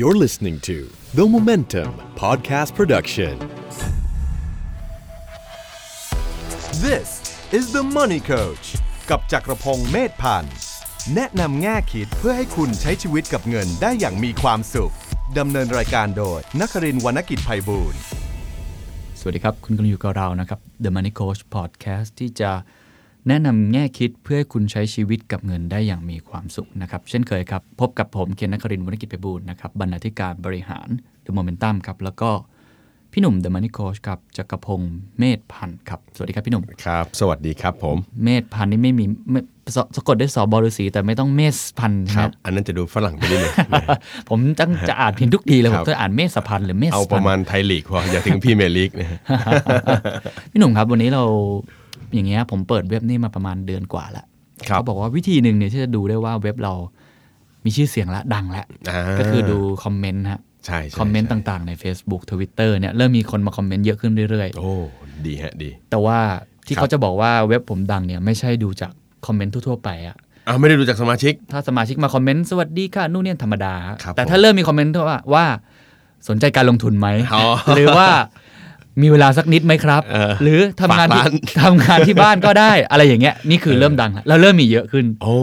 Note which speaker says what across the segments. Speaker 1: You're listening to The Momentum Podcast Production.
Speaker 2: This is the Money Coach กับจักรพงศ์เมธพันธ์ แนะนำแง่คิดเพื่อให้คุณใช้ชีวิตกับเงินได้อย่างมีความสุข ดำเนินรายการโดยนักรินทร์วรรณกิจไพบูลย์
Speaker 3: สวัสดีครับ คุณกำลังอยู่กับเรานะครับ The Money Coach Podcast ที่จะแนะนำแง่คิดเพื่อให้คุณใช้ชีวิตกับเงินได้อย่างมีความสุขนะครับ เช่นเคยครับ พบกับผมเคนนักครินทร์วุฒิกิจไปบูลย์นะครับบรรณาธิการบริหาร The Momentum ครับ แล้วก็พี่หนุ่ม The Money Coach ครับจักรพงศ์เมธพันธ์ครับ สวัสดีครับพี่หนุ่ม
Speaker 4: ครับ สวัสดีครับผม
Speaker 3: เมธพันธ์นี่ไม่มีไม่สะสะกดด้วยสอบอฤาษีแต่ไม่ต้องเมธพันธ์
Speaker 4: ค
Speaker 3: ใช่ไห
Speaker 4: รั
Speaker 3: ม
Speaker 4: บ อันนั้นจะดูฝรั่งไป นิดหนึง
Speaker 3: ผมตั้งจะอ่านผิดทุกทีเลยผ
Speaker 4: ครั
Speaker 3: ม
Speaker 4: บ
Speaker 3: ต้องอ่านเมธพันธ์หรือเมธ
Speaker 4: เอาป
Speaker 3: พัน
Speaker 4: ระ
Speaker 3: ธ์
Speaker 4: มาณไทยลีกพอ อย่าถึงพรี่เมยร์ลีกนะฮะ
Speaker 3: พี่หนุ่มครับวันนี้เราอย่างเงี้ยผมเปิดเว็บนี่มาประมาณเดือนกว่าละ
Speaker 4: ครับ
Speaker 3: เขาบอกว่าวิธีหนึ่งเนี่ยที่จะดูได้ว่าเว็บเรามีชื่อเสียงละดังละ
Speaker 4: อ่า
Speaker 3: ก็คือดูคอมเมนต์ฮะ
Speaker 4: ใช่ใช่
Speaker 3: คอมเมนต์
Speaker 4: ใช่
Speaker 3: ต่างๆใน Facebook Twitter เนี่ยเริ่มมีคนมาคอมเมนต์เยอะขึ้นเรื่อย
Speaker 4: โอ้ ดีฮะ ดี
Speaker 3: ๆ แต่ว่าที่
Speaker 4: ครับ
Speaker 3: เขาจะบอกว่าเว็บผมดังเนี่ยไม่ใช่ดูจากคอมเมนต์ทั่วๆไปอะ
Speaker 4: อ่าไม่ได้ดูจากสมาชิก
Speaker 3: ถ้าสมาชิกมาคอมเมนต์สวัสดีค่ะนู่นเนี่ยธรรมดา
Speaker 4: ครับ
Speaker 3: แต่ถ้าเริ่มมีคอมเมนต์ว่าว่าสนใจการลงทุนไหม
Speaker 4: อ๋อ
Speaker 3: หรือว่ามีเวลาสักนิดไหมครับ
Speaker 4: เออ
Speaker 3: หรือทำงาน
Speaker 4: ฝาก
Speaker 3: ที่
Speaker 4: ร้าน
Speaker 3: ทำงานที่บ้านก็ได้ อะไรอย่างเงี้ยนี่คือเริ่มดังแล้วแล้วเริ่มมีเยอะขึ้น
Speaker 4: โอ้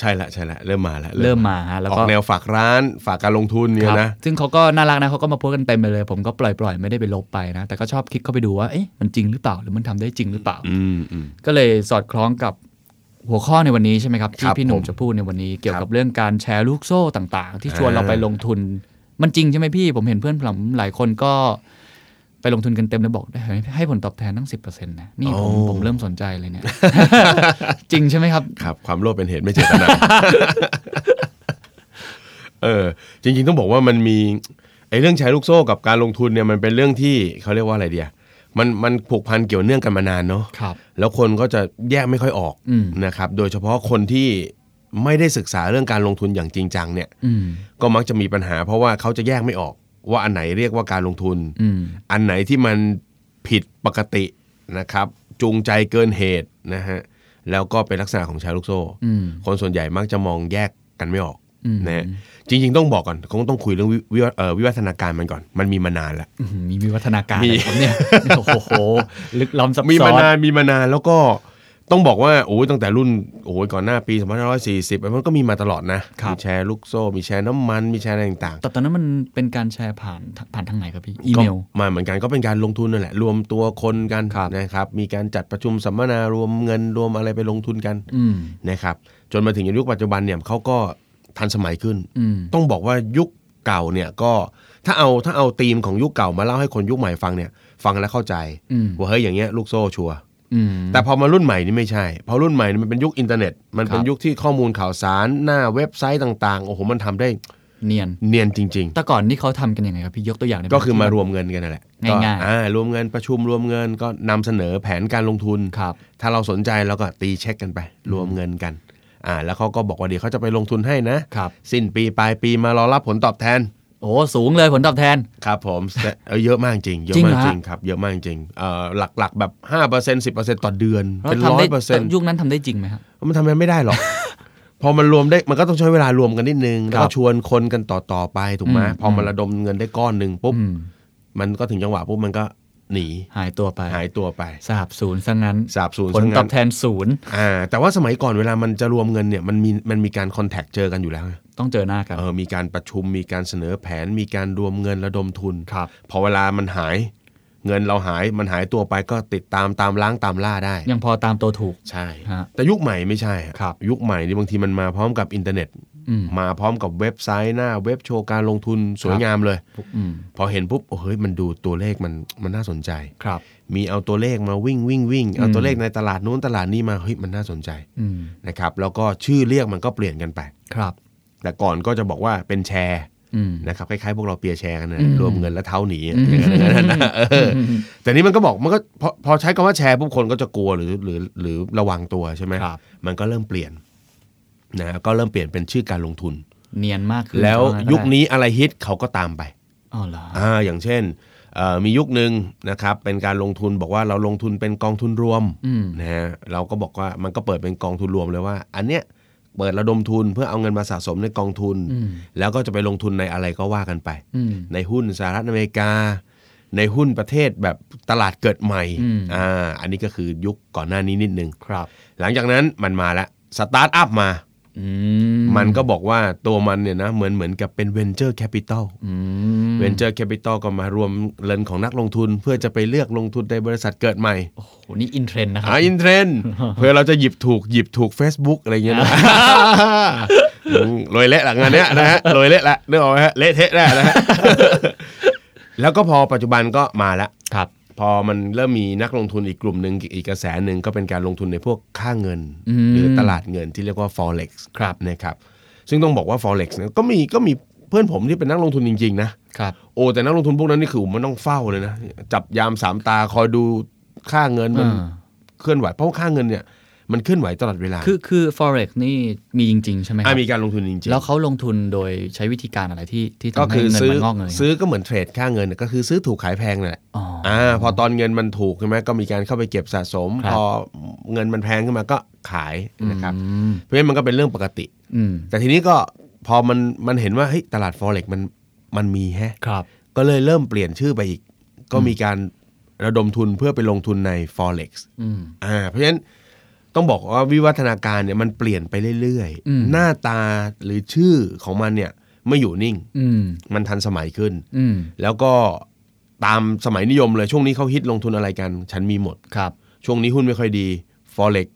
Speaker 4: ใช่ละใช่ละ เริ่มมาละ
Speaker 3: เริ่มมาฮะแล้ว
Speaker 4: ออ
Speaker 3: ก็
Speaker 4: กแนวฝากร้าน ฝากการลงทุนเนี่
Speaker 3: ค
Speaker 4: ย
Speaker 3: รับ
Speaker 4: นะ
Speaker 3: ซึ่งเขาก็น่ารักนะเขาก็มาโพสต์กันเต็มไปเลย ผมก็ปล่อยปล่อยๆไม่ได้ไปลบไปนะ แต่ก็ชอบคลิกเข้าไปดูว่าเอ๊ะมันจริงหรือเปล่าหรือมันทำได้จริงหรือเปล่า
Speaker 4: อืมอืม
Speaker 3: ก็เลยสอดคล้องกับหัวข้อในวันนี้ใช่ไหมครับ
Speaker 4: ค
Speaker 3: ที่
Speaker 4: รับ
Speaker 3: พี่หนุ่ม
Speaker 4: ผม
Speaker 3: จะพูดในวันนี้เกี่ยวกับเรื่องการแชร์ลูกโซ่ต่าง ๆ ที่ชวนเราไปลงทุน มันจริงใช่ไหมพี่ ผมเห็นเพื่อนผมหลายคนก็ไปลงทุนกันเต็มแล้วบอกได้ไหมให้ผลตอบแทนตั้ง 10%นะนี่ผม
Speaker 4: โอ้
Speaker 3: ผมเริ่มสนใจเลย เนี่ย จริงใช่ไหมครับ
Speaker 4: ครับ ความโลภเป็นเหตุไม่เจตนา เออ จริง ๆ ต้องบอกว่ามันมีไอ้เรื่องใช้ลูกโซ่กับการลงทุนเนี่ยมันเป็นเรื่องที่เขาเรียกว่าอะไรเดียมันมันผูกพันเกี่ยวเนื่องกันมานานเนาะ
Speaker 3: ครับ
Speaker 4: แล้วคนก็จะแยกไม่ค่อยออก
Speaker 3: อืม
Speaker 4: นะครับ โดยเฉพาะคนที่ไม่ได้ศึกษาเรื่องการลงทุนอย่างจริงจังเนี่ย
Speaker 3: อืม
Speaker 4: ก็มักจะมีปัญหาเพราะว่าเขาจะแยกไม่ออก ว่าอันไหนเรียกว่าการลงทุน
Speaker 3: อืม
Speaker 4: อันไหนที่มันผิดปกตินะครับ จูงใจเกินเหตุนะฮะ แล้วก็เป็นลักษณะของแชร์ลูกโซ่
Speaker 3: อืม
Speaker 4: คนส่วนใหญ่มักจะมองแยกกันไม่ออก
Speaker 3: อืม
Speaker 4: นะฮะจริง ๆ ต้องบอกก่อนคงต้องคุยเรื่องวิวิวัฒเอ่อวิวัฒนาการมันก่อน มันมีมานานแล้ว
Speaker 3: อื้อหือมีวิวัฒนาการ
Speaker 4: มี
Speaker 3: อะไรผมเนี่ย โอ้โห ลึกล้ำซับ
Speaker 4: มี
Speaker 3: ซ้อ
Speaker 4: มาน นานมีมานานแล้วก็ต้องบอกว่าโอ้ยตั้งแต่รุ่นโอ้ยก่อนหน้าปี2540มันก็มีมาตลอดนะครับ มีแชร์ลูกโซ่ มีแชร์น้ำมัน มีแชร์อะไรต่าง
Speaker 3: แต่ตอนนั้นมันเป็นการแชร์ผ่านผ่านทางไหนครับพี่
Speaker 4: ๆ
Speaker 3: อีเมล
Speaker 4: ก็มาเหมือนกันก็เป็นการลงทุนนั่นแหละ รวมตัวคนกัน
Speaker 3: ครับ
Speaker 4: นะครับ มีการจัดประชุมสัมมนารวมเงินรวมอะไรไปลงทุนกัน
Speaker 3: อืม
Speaker 4: นะครับ จนมาถึงยุคปัจจุบันเนี่ยเขาก็ทันสมัยขึ้น
Speaker 3: อืม
Speaker 4: ต้องบอกว่ายุคเก่าเนี่ยก็ถ้าเอาถ้าเอาธีมของยุคเก่ามาเล่าให้คนยุคใหม่ฟังเนี่ย ฟังแล้วเข้าใจ
Speaker 3: อืม
Speaker 4: ว่าเฮ้ยอย่างเงี้ยลูกโซ่ชัวร์
Speaker 3: อืม
Speaker 4: แต่พอมารุ่นใหม่นี่ไม่ใช่ พอรุ่นใหม่นี่มันเป็นยุคอินเทอร์เน็ต มัน
Speaker 3: ค
Speaker 4: เป็
Speaker 3: น รับ
Speaker 4: ยุคที่ข้อมูลข่าวสารหน้าเว็บไซต์ต่างๆ โอ้โห มันทำได้
Speaker 3: เนียน
Speaker 4: เนียนจริง
Speaker 3: แต่ก่อนนี่เขาทำกันยังไงครับพี่ยกตัวอย่างได้ไห
Speaker 4: ๆ ก็คือมารวมเงินกันนั่นแหละ
Speaker 3: ง่ายๆ
Speaker 4: ก็อ่ารวมเงินประชุมรวมเงินก็นำเสนอแผนการลงทุน
Speaker 3: ครับ
Speaker 4: ถ้าเราสนใจเราก็ตีเช็คกันไป รวมเงินกัน อ่า แล้วเขาก็บอกว่าเดี๋ยวเขาจะไปลงทุนให้นะ
Speaker 3: ครับ
Speaker 4: สิ้นปีปลายปีมารอรับผลตอบแทน
Speaker 3: โอ้สูงเลยผลตอบแทน
Speaker 4: ครับผมแต่เอ้ยเยอะมากจริง เยอะ
Speaker 3: จริง
Speaker 4: มา
Speaker 3: เห
Speaker 4: ก
Speaker 3: รอฮะ
Speaker 4: จริงครับ เยอะมากจริงเอ่อหลักๆแบบ5% 10%ต่อเดือน เป็น
Speaker 3: แล้ว
Speaker 4: ร้
Speaker 3: ทำ
Speaker 4: อ
Speaker 3: ได้
Speaker 4: ยเปอร์เซ็นต์
Speaker 3: ยุคนั้นทำได้จริงไหมครับ
Speaker 4: มันทำอะไรไม่ได้หรอก พอมันรวมได้มันก็ต้องใช้เวลารวมกันนิดนึง แล้ว
Speaker 3: ครับ
Speaker 4: ก็ชวนคนกันต่อต่อๆไปถูกไหม
Speaker 3: อืม
Speaker 4: พอมันระดมเงินได้ก้อนหนึ่งปุ๊บ
Speaker 3: อืม
Speaker 4: มันก็ถึงจังหวะปุ๊บมันก็หนี
Speaker 3: หายตัวไป
Speaker 4: หายตัวไป
Speaker 3: สาบศูนย์ซะงั้น
Speaker 4: สาบสูญ
Speaker 3: ผลต
Speaker 4: ซะงั้
Speaker 3: อบ
Speaker 4: น
Speaker 3: แทนศูนย์
Speaker 4: อ่า แต่ว่าสมัยก่อนเวลามันจะรวมเงินเนี่ยมันมีมันมีการคอนแทคเจอกันอยู่แล้วไง
Speaker 3: ต้องเจอหน้ากัน
Speaker 4: เออมีการประชุมมีการเสนอแผนมีการรวมเงินระดมทุน
Speaker 3: ครับ
Speaker 4: พอเวลามันหาย เงินเราหายมันหายตัวไปก็ติดตามตามล้างตามล่าได้
Speaker 3: ยังพอตามตัวถูก
Speaker 4: ใช่
Speaker 3: ฮะ
Speaker 4: แต่ยุคใหม่ไม่ใช่อะ
Speaker 3: ครับ
Speaker 4: ยุคใหม่นี่บางทีมันมาพร้อมกับอินเทอร์เน็ต
Speaker 3: อืม
Speaker 4: มาพร้อมกับเว็บไซต์หน้าเว็บโชว์การลงทุนสวยงามเลย
Speaker 3: อืม
Speaker 4: พอเห็นปุ๊บโอ้เฮ้ยมันดูตัวเลขมันมันน่าสนใจ
Speaker 3: ครับ
Speaker 4: มีเอาตัวเลขมาวิ่งวิ่งวิ่งเอา
Speaker 3: อืม
Speaker 4: ตัวเลขในตลาดนู้นตลาดนี้มาเฮ้ยมันน่าสนใจ
Speaker 3: อืม
Speaker 4: นะครับแล้วก็ชื่อเรียกมันก็เปลี่ยนกันไป
Speaker 3: ครับ
Speaker 4: แต่ก่อนก็จะบอกว่าเป็นแชร์
Speaker 3: อืม
Speaker 4: นะครับคล้ายๆพวกเราเปียร์แชร์กันนะ
Speaker 3: อืม
Speaker 4: รวมเงินแล้วเท้าหนีอะอย่างนั้นอย่างนั้นนะเออแต่นี้มันก็บอกมันก็พอพอใช้คำว่าแชร์ปุ๊บคนก็จะกลัวหรือหรือหรือระวังตัวใช่ไหม
Speaker 3: ครับ
Speaker 4: มันก็เริ่มเปลี่ยนนะฮะก็เริ่มเปลี่ยนเป็นชื่อการลงทุน
Speaker 3: เนียนมากขึ้น
Speaker 4: แล้ว
Speaker 3: ใช่ไหม
Speaker 4: ยุคนี้อะไรฮิตเขาก็ตามไป
Speaker 3: อ๋อเหรอ
Speaker 4: อ่าอย่างเช่นเอ่อมียุคหนึ่งนะครับเป็นการลงทุนบอกว่าเราลงทุนเป็นกองทุนรวม
Speaker 3: อืม
Speaker 4: นะฮะเราก็บอกว่ามันก็เปิดเป็นกองทุนรวมเลยว่า อันเนี้ย เปิดระดมทุนเพื่อเอาเงินมาสะสมในกองทุน แล้วก็จะไปลงทุนในอะไรก็ว่ากันไป
Speaker 3: อืม
Speaker 4: ในหุ้นสหรัฐอเมริกา ในหุ้นประเทศแบบตลาดเกิดใหม่
Speaker 3: อืม
Speaker 4: อ่าอันนี้ก็คือยุคก่อนหน้านี้นิดนึง
Speaker 3: ครับ
Speaker 4: หลังจากนั้นมันมาแล้วสตาร์ทอัพมา
Speaker 3: อื
Speaker 4: มันก็บอกว่าตัวมันเนี่ยนะเหมือนเหมือนกับเป็นเวนเจอร์แคปิตอล
Speaker 3: อืม
Speaker 4: เวนเจอร์แคปิตอลก็มารวมเงินของนักลงทุน เพื่อจะไปเลือกลงทุนในบริษัทเกิดใหม่
Speaker 3: โอ้โหนี่อินเทรนด์นะครั
Speaker 4: หาอินเทรนด์ เพื่อเราจะหยิบถูกหยิบถูก Facebook อะไรเงี้ยนะอืมรวยเละหลังงานเนี้ย นะฮะรวยเละละนึกออกไหมฮะเละเทะแน่นะฮะ แล้วก็พอปัจจุบันก็มาละ
Speaker 3: ครับ
Speaker 4: พอมันเริ่มมีนักลงทุนอีกกลุ่มหนึ่งอีกกระแสหนึ่งก็เป็นการลงทุนในพวกค่าเงิน
Speaker 3: อืม
Speaker 4: หรือตลาดเงินที่เรียกว่า forex
Speaker 3: ครับ
Speaker 4: นะครับซึ่งต้องบอกว่า forex เนี่ยก็มีก็มีเพื่อนผมที่เป็นนักลงทุนจริงๆนะครับ โอ้แต่นักลงทุนพวกนั้นนี่คือผมมันต้องเฝ้าเลยนะจับยามสามตาคอยดูค่าเงินมัน เคลื่อนไหวเพราะว่าค่าเงินเนี่ยมันเคลื่อนไหวตลอดเวลา
Speaker 3: คือคือ forex นี่มีจริง ๆ ใช่ไหมค
Speaker 4: อ่ะ
Speaker 3: รับ
Speaker 4: มีการลงทุนจริงๆ
Speaker 3: แล้วเขาลงทุนโดยใช้วิธีการอะไรที่ที่
Speaker 4: ก็
Speaker 3: ทำให้
Speaker 4: คือ
Speaker 3: เงิน
Speaker 4: ซื้อ
Speaker 3: มันงอกเงย
Speaker 4: ซื้อก็เหมือนเทรดค่าเงินเนี่ยก็คือซื้อถูกขายแพงนั่นแหละ
Speaker 3: อ๋อ
Speaker 4: อ่าพอตอนเงินมันถูกใช่ไหมก็มีการเข้าไปเก็บสะสม
Speaker 3: ครับ
Speaker 4: พอเงินมันแพงขึ้นมาก็ขายนะครับ
Speaker 3: อืม
Speaker 4: เพราะฉะนั้นมันก็เป็นเรื่องปกติ
Speaker 3: อืม
Speaker 4: แต่ทีนี้ก็พอมันมันเห็นว่าเฮ้ยตลาด forex มันมันมีแฮะ
Speaker 3: ครับ
Speaker 4: ก็เลยเริ่มเปลี่ยนชื่อไปอีก ก็มีการระดมทุนเพื่อไปลงทุนใน forex
Speaker 3: อืม
Speaker 4: อ่าเพราะฉะนั้นต้องบอกว่าวิวัฒนาการเนี่ยมันเปลี่ยนไปเรื่อย
Speaker 3: อืม
Speaker 4: หน้าตาหรือชื่อของมันเนี่ยไม่อยู่นิ่ง
Speaker 3: อืม
Speaker 4: มันทันสมัยขึ้น
Speaker 3: อืม
Speaker 4: แล้วก็ตามสมัยนิยมเลยช่วงนี้เขาฮิตลงทุนอะไรกัน ฉันมีหมด
Speaker 3: ครับ
Speaker 4: ช่วงนี้หุ้นไม่ค่อยดี forex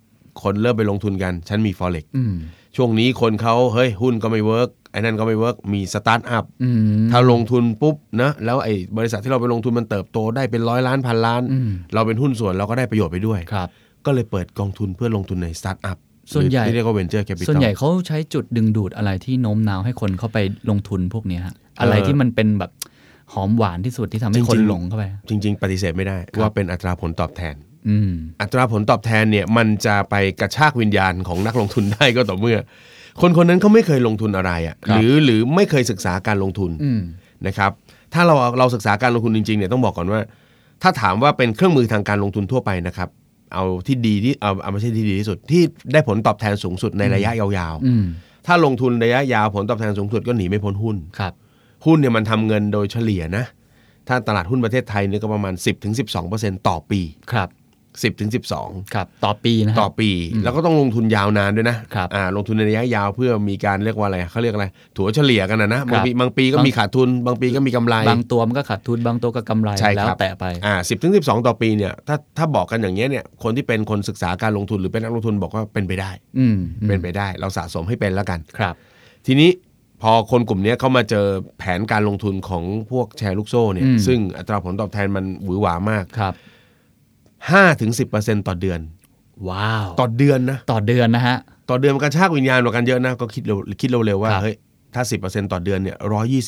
Speaker 4: คนเริ่มไปลงทุนกัน ฉันมี forex
Speaker 3: อืม
Speaker 4: ช่วงนี้คนเขาเฮ้ยหุ้นก็ไม่เวิร์กไอ้นั่นก็ไม่เวิร์กมีสตาร์ทอัพ
Speaker 3: อืม
Speaker 4: ถ้าลงทุนปุ๊บนะแล้วไอ้บริษัทที่เราไปลงทุนมันเติบโตได้เป็นร้อยล้านพันล้าน
Speaker 3: อืม
Speaker 4: เราเป็นหุ้นส่วนเราก็ได้ประโยชน์ไปด้วย
Speaker 3: ครับ
Speaker 4: ก็เลยเปิดกองทุนเพื่อลงทุนในสตาร์ทอัพ
Speaker 3: ส่วนใหญ่
Speaker 4: รือที่เรียกว่า venture capital
Speaker 3: ส่วนใหญ่เขาใช้จุดดึงดูดอะไรที่โน้มน้าวให้คนเข้าไปลงทุนพวกเนี้ยฮะอะไรที่มันเป็นแบบหอมหวานที่สุดที่ทำให้
Speaker 4: จริงๆ
Speaker 3: คนหลงเข้าไป
Speaker 4: จริง ๆ ปฏิเสธไม่ได้ ว่าเป็นอัตราผลตอบแทน
Speaker 3: อืม
Speaker 4: อัตราผลตอบแทนเนี่ยมันจะไปกระชากวิญญาณของนักลงทุนได้ก็ต่อเมื่อ คนคนนั้นเขาไม่เคยลงทุนอะไรอะ
Speaker 3: ครั่บ
Speaker 4: ะหรือหรือไม่เคยศึกษาการลงทุน
Speaker 3: อืม
Speaker 4: นะครับถ้าเราเราศึกษาการลงทุนจริงๆเนี่ยต้องบอกก่อนว่า ถ้าถามว่าเป็นเครื่องมือทางการลงทุนทั่วไปนะครับเอาที่ดีที่เอาเอาไม่ใช่ที่ดีที่สุดที่ได้ผลตอบแทนสูงสุดในระยะยาว
Speaker 3: อืม
Speaker 4: ๆ ถ้าลงทุนระยะยาวผลตอบแทนสูงสุดก็หนีไม่พ้นหุ้น
Speaker 3: ครับ
Speaker 4: หุ้นเนี่ยมันทำเงินโดยเฉลี่ยนะ ถ้าตลาดหุ้นประเทศไทยเนี่ยก็ประมาณ 10-12%ต่อปี
Speaker 3: ครับ
Speaker 4: 10-12
Speaker 3: ครับ ต่อปีนะฮะ
Speaker 4: ต่อปี แล้วก็ต้องลงทุนยาวนานด้วยนะครับ อ่าลงทุนในระยะยาวเพื่อมีการเรียกว่าอะไรเขาเรียกอะไร ถั่วเฉลี่ยกันนะนะบางปี
Speaker 3: ครับ
Speaker 4: บางปีก็มีขาดทุน บางปีก็มีกำไร
Speaker 3: บางตัวมันก็ขาดทุน บางตัวก็กำไร
Speaker 4: ใช่ครับ
Speaker 3: แล้วแต่ไป
Speaker 4: อ่าสิบถึงสิบสองต่อปีเนี่ยถ้าถ้าบอกกันอย่างเงี้ยเนี่ยคนที่เป็นคนศึกษาการลงทุนหรือเป็นนักลงทุนบอกว่าเป็นไปได้
Speaker 3: อืมอืม
Speaker 4: เป็นไปได้ เราสะสมให้เป็นแล้วกัน
Speaker 3: ครับ
Speaker 4: ทีนี้พอคนกลุ่มเนี้ยเขามาเจอแผนการลงทุนของพวกแชร์ลูกโซ่เนี่
Speaker 3: อื
Speaker 4: ย
Speaker 3: ม
Speaker 4: ซึ่งอัตราผลตอบแทนมันหวือหวามาก
Speaker 3: ครับ
Speaker 4: 5-10%ต่อเดือน
Speaker 3: ว้าว
Speaker 4: ต่อเดือนนะ
Speaker 3: ต่อเดือนนะฮะ
Speaker 4: ต่อเดือนมันกระชากวิญญาณกว่ากันเยอะนะ ก็คิดเร็วคิดเร็วๆว่า
Speaker 3: ครับ
Speaker 4: เฮ้ยถ้า 10%ต่อเดือนเนี่ย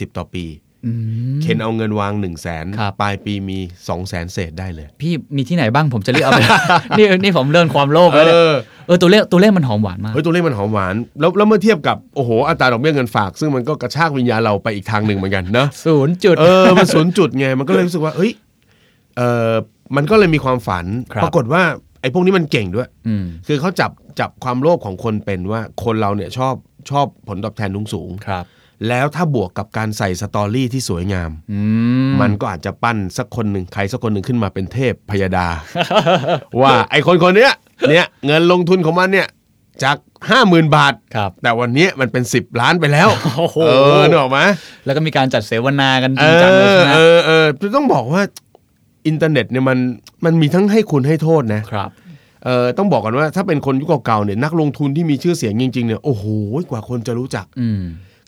Speaker 4: 120 ต่อปี
Speaker 3: อืม
Speaker 4: เคนเอาเงินวาง 1 0 0 0 0แสน
Speaker 3: ครับ
Speaker 4: ปลายปีมี 2 0 0แสนเศษได้เลย
Speaker 3: พี่มีที่ไหนบ้างผมจะเรียกเอาไป นี่นี่ผมเริ่มความโลภแล้วเนี่ย
Speaker 4: อ
Speaker 3: เออตัวเลขตัวเลขมันหอมหวานมาก
Speaker 4: เฮ้ยตัวเลขมันหอมหวาน แล้วแล้วเมื่อเทียบกับ โอ้โห อัตราดอกเบี้ยเงินฝาก ซึ่งมันก็กระชากวิญญาณเราไปอีกทางหนึ่งเหมือนกันนะ
Speaker 3: ศูนย์จุด
Speaker 4: เออ มันศูนย์จุดไง มันก็เลยรู้สึกว่า เอ้ย เออมันก็เลยมีความฝัน
Speaker 3: ครับ
Speaker 4: ปรากฏว่าไอ้พวกนี้มันเก่งด้วย
Speaker 3: อืม
Speaker 4: คือเขาจับจับความโลภของคนเป็นว่าคนเราเนี่ยชอบชอบผลตอบแทนสูงๆ
Speaker 3: ครับ
Speaker 4: แล้วถ้าบวกกับการใส่สตอรี่ที่สวยงาม
Speaker 3: อืม
Speaker 4: มันก็อาจจะปั้นสักคนหนึ่งใครสักคนหนึ่งขึ้นมาเป็นเทพพย ดา ว่าไอคนคนเนี้ยเนี่ยเงินลงทุนของมันเนี่ยจากห้าหมื่นบาท
Speaker 3: ครับ
Speaker 4: แต่วันเนี้ยมันเป็นสิบล้านไปแล้ว
Speaker 3: โอ้โห
Speaker 4: เออนึกออกไหม
Speaker 3: แล้วก็มีการจัดเสวนากันจ
Speaker 4: เอ
Speaker 3: ริงจังเลย
Speaker 4: อ
Speaker 3: ใช่ไหม
Speaker 4: เออเออต้องบอกว่าอินเทอร์เน็ตเนี่ยมันมันมีทั้งให้คุณให้โทษนะครับ เออต้องบอกก่อนว่าถ้าเป็นคนยุคเก่าๆเนี่ยนักลงทุนที่มีชื่อเสียงจริงๆเนี่ยโอ้โหกว่าคนจะรู้จัก
Speaker 3: อืม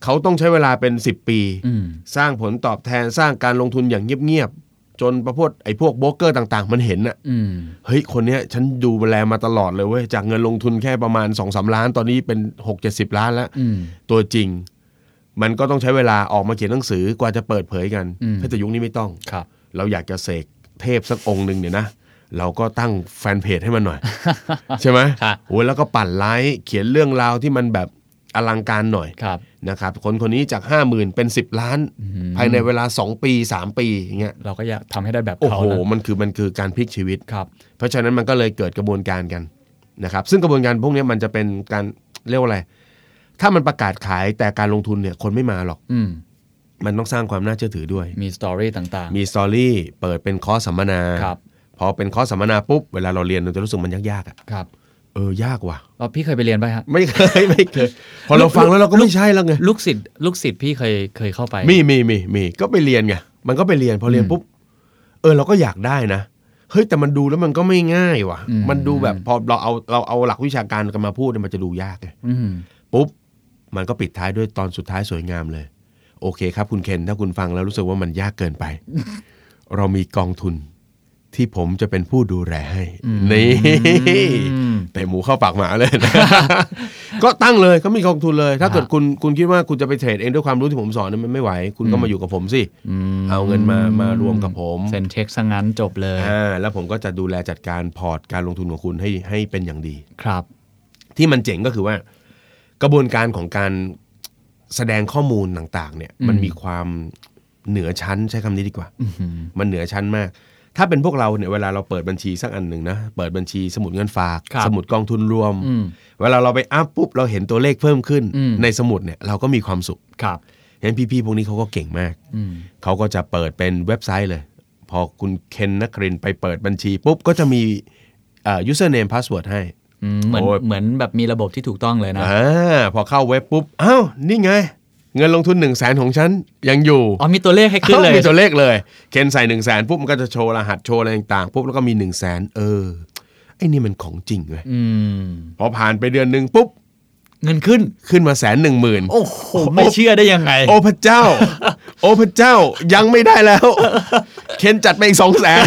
Speaker 4: เขาต้องใช้เวลาเป็น 10 ปี
Speaker 3: อืม
Speaker 4: สร้างผลตอบแทนสร้างการลงทุนอย่างเงียบๆ จนประพวกไอ้พวกโบรกเกอร์ต่างๆ มันเห็นน่ะ
Speaker 3: อืม
Speaker 4: เฮ้ย คนเนี้ยฉันดูแลมาตลอดเลยเว้ย จากเงินลงทุนแค่ประมาณ 2-3สล้าน ตอนนี้เป็น 6 70 ล้านแล้ว
Speaker 3: อืม
Speaker 4: ตัวจริง มันก็ต้องใช้เวลาออกมาเขียนหนังสือกว่าจะเปิดเผยกัน
Speaker 3: อืม
Speaker 4: เพื่อแต่ยุคนี้ไม่ต้อง
Speaker 3: ครับ
Speaker 4: เราอยากจะเสกเทพสักองค์หนึ่งเนี่ยนะ เราก็ตั้งแฟนเพจให้มัน หน่อย ใช่ไหม
Speaker 3: ค่ะ
Speaker 4: โอ้ยแล้วก็ปั่นไลค์เขียนเรื่องราวที่มันแบบอลังการหน่อย
Speaker 3: ครับ
Speaker 4: นะครับคนคนนี้จาก 5 0,000 เป็น 10 ล้าน ภายในเวลา 2 ปี 3 ปีอย่างเงี้ย
Speaker 3: เราก็อยากทำให้ได้แบบ
Speaker 4: โอ้
Speaker 3: เขา
Speaker 4: โห
Speaker 3: นะ
Speaker 4: มันคือมันคือการพลิกชีวิต
Speaker 3: ครับ
Speaker 4: เพราะฉะนั้นมันก็เลยเกิดกระบวนการกันนะครับซึ่งกระบวนการพวกเนี้ยมันจะเป็นการเรียกว่าอะไร ถ้ามันประกาศขายแต่การลงทุนเนี่ยคนไม่มาหรอก
Speaker 3: อืม
Speaker 4: มันต้องสร้างความน่าเชื่อถือด้วย
Speaker 3: มีสตอรี่ต่าง
Speaker 4: มีสตอรี่เปิดเป็นคอร์สสัมมนา
Speaker 3: ครับ
Speaker 4: พอเป็นคอร์สสัมมนาปุ๊บเวลาเราเรียนเราจะรู้สึกมันยากๆอ่ะ
Speaker 3: ๆ ครับ
Speaker 4: เออยากว่ะ
Speaker 3: แล้วพี่เคยไปเรียนป่ะฮะ
Speaker 4: ไม่เคย ไม่เคย พอเราฟังแล้วเราก็ไม่ใช่แล้วไง
Speaker 3: ลูกศิษย์ลูกศิษย์พี่เคยเคยเข้าไป
Speaker 4: มีมีมีมีก็ไปเรียนไงมันก็ไปเรียน พอเรียนปุ๊บ เออเราก็อยากได้นะ เฮ้ยแต่มันดูแล้วมันก็ไม่ง่ายว่ะ
Speaker 3: อืม
Speaker 4: มันดูแบบพอเราเอาเราเอาหลักวิชาการกันมาพูดเนี่ยมันจะดูยากไง
Speaker 3: อืม
Speaker 4: ปุ๊บ มันก็ปิดท้ายด้วยตอนสุดท้ายสวยงามเลย โอเคครับคุณเคนถ้าคุณฟังแล้วรู้สึกว่ามันยากเกิน ไป เรามีกองทุนที่ผมจะเป็นผู้ดูแลให้นี่
Speaker 3: อืม
Speaker 4: แต่หมูเข้าปากหมาเลย นะ ก็ตั้งเลยก็มีกองทุนเลย ถ้าเกิด
Speaker 3: ฮะ
Speaker 4: คุณคุณคิดว่าคุณจะไปเทรดเองด้วยความรู้ที่ผมสอนเนี่ยมันไม่ไหว คุณก็มาอยู่กับผมสิ
Speaker 3: ม
Speaker 4: เอาเงินมามารวมกับผม
Speaker 3: เซ็นเช็คซะงั้นจบเลย
Speaker 4: อ่าแล้วผมก็จะดูแลจัดการพอร์ตการลงทุนของคุณให้ให้เป็นอย่างดี
Speaker 3: ครับ
Speaker 4: ที่มันเจ๋งก็คือว่า กระบวนการของการแสดงข้อมูลต่างๆ เนี่ย มัน
Speaker 3: อืม
Speaker 4: มีความเหนือชั้นใช้คำนี้ดีกว่า
Speaker 3: อื้อหือ
Speaker 4: มันเหนือชั้นมาก ถ้าเป็นพวกเราเนี่ยเวลาเราเปิดบัญชีสักอันหนึ่งนะ เปิดบัญชีสมุดเงินฝาก สมุดกองทุนรวม
Speaker 3: อืม
Speaker 4: เวลาเราไปอัพปุ๊บ เราเห็นตัวเลขเพิ่มขึ้น
Speaker 3: อืม
Speaker 4: ในสมุดเนี่ยเราก็มีความสุข
Speaker 3: ครับ
Speaker 4: เห็นพี่ๆพวกนี้เขาก็เก่งมาก
Speaker 3: อืม
Speaker 4: เขาก็จะเปิดเป็นเว็บไซต์เลย พอคุณเคนนักรินทร์ไปเปิดบัญชีปุ๊บ ก็จะมีเอ่อ username password ให้
Speaker 3: อืมเหมือน
Speaker 4: โอ้ย
Speaker 3: เหมือนแบบมีระบบที่ถูกต้องเลยนะ
Speaker 4: อ่าพอเข้าเว็บปุ๊บอ้าวนี่ไง เงินลงทุน1นึ่งแสนของฉัน ยังอยู่
Speaker 3: อ๋อมีตัวเลขให้ขึ้นเลย
Speaker 4: อ้าวมีตัวเลขเลย เคนใส่1นึ่งแสนปุ๊บมันก็จะโชว์รหัสโชว์อะไรต่างๆปุ๊บแล้วก็มี1นึ่งแสนเออไอ้นี่มันของจริงเว้ย
Speaker 3: อืม
Speaker 4: พอผ่านไปเดือนหนึ่งปุ๊บ
Speaker 3: เงินขึ้น
Speaker 4: ขึ้นมาแสนหนึ่งหมื่น
Speaker 3: โอ้โห ไม่เชื่อได้ยังไง
Speaker 4: โอ้พระเจ้า โอ้พระเจ้ายังไม่ได้แล้ว เคนจัดไปอีกสองแสน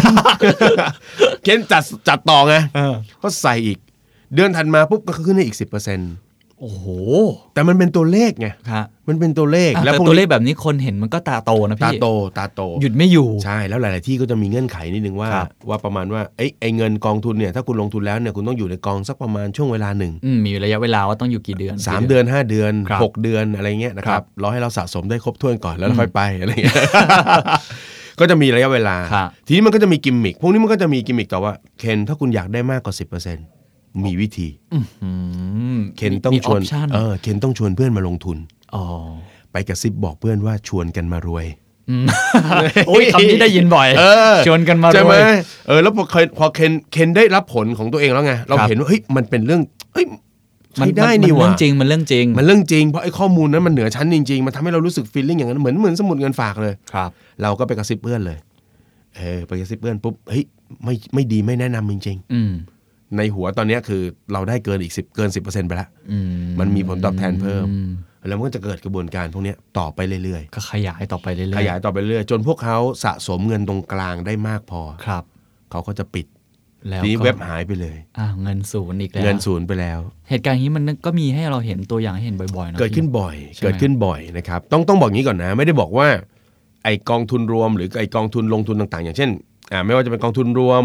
Speaker 4: เคนจัดจัดต่อไงก็ใส่อีก เดือนถัดมาปุ๊บก็ขึ้นให้อีกสิบเปอร์เซ็น
Speaker 3: โอ้โห
Speaker 4: แต่มันเป็นตัวเลขไง
Speaker 3: ครับ
Speaker 4: มันเป็นตัวเลข
Speaker 3: แต่
Speaker 4: พวก
Speaker 3: ตัวเล
Speaker 4: นี้
Speaker 3: ขแบบนี้คนเห็นมันก็ตาโตนะ
Speaker 4: ตา
Speaker 3: พี่
Speaker 4: โตตาโต
Speaker 3: หยุดไม่อยู่
Speaker 4: ใช่แล้วหลาย ๆ ที่ก็จะมีเงื่อนไขนิดนึงว่า
Speaker 3: ครับ
Speaker 4: ว่าประมาณว่าเอ้ยไอเงินกองทุนเนี่ยถ้าคุณลงทุนแล้วเนี่ยคุณต้องอยู่ในกองสักประมาณช่วงเวลาหนึ่ง
Speaker 3: อืมมีระยะเวลาว่าต้องอยู่กี่เดือน
Speaker 4: สามเดือนห้าเดือน
Speaker 3: ครับ
Speaker 4: หกเดือนอะไรเงี้ยนะค
Speaker 3: ครั
Speaker 4: รับบ รอให้เราสะสมได้ครบถ้วนก่อนแล้วเราค่อยไปอะไรเงี้ย ก็จะมีระยะเวลา
Speaker 3: ครับ
Speaker 4: ทีนี้มันก็จะมีกิมมิค พวกนี้มันก็จะมีกิมมิคต่อว่า เคนถ้าคุณอยากได้มากกว่า 10%มีวิธี
Speaker 3: อืม
Speaker 4: เคนต้อง
Speaker 3: มี
Speaker 4: ชวน
Speaker 3: ปชั่
Speaker 4: เออ เคนต้องชวนเพื่อนมาลงทุน
Speaker 3: อ๋อ
Speaker 4: ไปกระซิบบอกเพื่อนว่าชวนกันมารวย
Speaker 3: อืมโอ้ยคำนี้ได้ยินบ่อย
Speaker 4: เออ
Speaker 3: ชวนกันมารวย
Speaker 4: ใช่ไหมเออ แล้วพอเคนพอเคนเคนได้รับผลของตัวเองแล้วไง เรา
Speaker 3: ครับ
Speaker 4: เห็นว่า เฮ้ย มันเป็นเรื่อง เฮ้ย
Speaker 3: มั
Speaker 4: ใช้ได้นี่ห
Speaker 3: มั
Speaker 4: ว่า
Speaker 3: เรื่องจริง มันเรื่องจริง
Speaker 4: มันเรื่องจริง เพราะไอ้ข้อมูลนั้นมันเหนือชั้นจริงๆ มันทำให้เรารู้สึกฟีลลิ่งอย่างนั้น เหมือนเหมือนสมุดเงินฝากเลย
Speaker 3: ครับ
Speaker 4: เราก็ไปกระซิบเพื่อนเลย เออ ไปกระซิบเพื่อนปุ๊บ เฮ้ย ไม่ ไม่ดี ไม่แนะนำจริงๆ
Speaker 3: อืม
Speaker 4: ในหัวตอนเนี้ยคือเราได้เกินอีก 10 เกิน 10%ไปแล้ว
Speaker 3: อืม
Speaker 4: มันมีผลตอบแทนเพิ่ม แล้วมันก็จะเกิดกระบวนการพวกเนี้ยต่อไปเรื่อย
Speaker 3: ก็ขยายต่อไปเรื่อย
Speaker 4: ๆ
Speaker 3: ๆ
Speaker 4: ขยายต่อไปเรื่อยๆ จนพวกเขาสะสมเงินตรงกลางได้มากพอ
Speaker 3: ครับ
Speaker 4: เขาก็จะปิด
Speaker 3: แล้ว
Speaker 4: ทีนี้
Speaker 3: ก็
Speaker 4: เว็บหายไปเลย
Speaker 3: อ่าเงินศูนย์อีกแล้ว
Speaker 4: เงินศูนย์ไปแล้ว
Speaker 3: เหตุการณ์อย่างนี้มันก็มีให้เราเห็นตัวอย่างให้เห็นบ่อยๆนะ
Speaker 4: เกิดขึ้น
Speaker 3: พี่
Speaker 4: บ่อย
Speaker 3: ใช่ไหม
Speaker 4: เกิดขึ้นบ่อยนะครับ ต้องต้องบอกงี้ก่อนนะ ไม่ได้บอกว่า ไอกองทุนรวม หรือไอกองทุนลงทุนต่างๆ อย่างเช่นอ่าไม่ว่าจะเป็นกองทุนรวม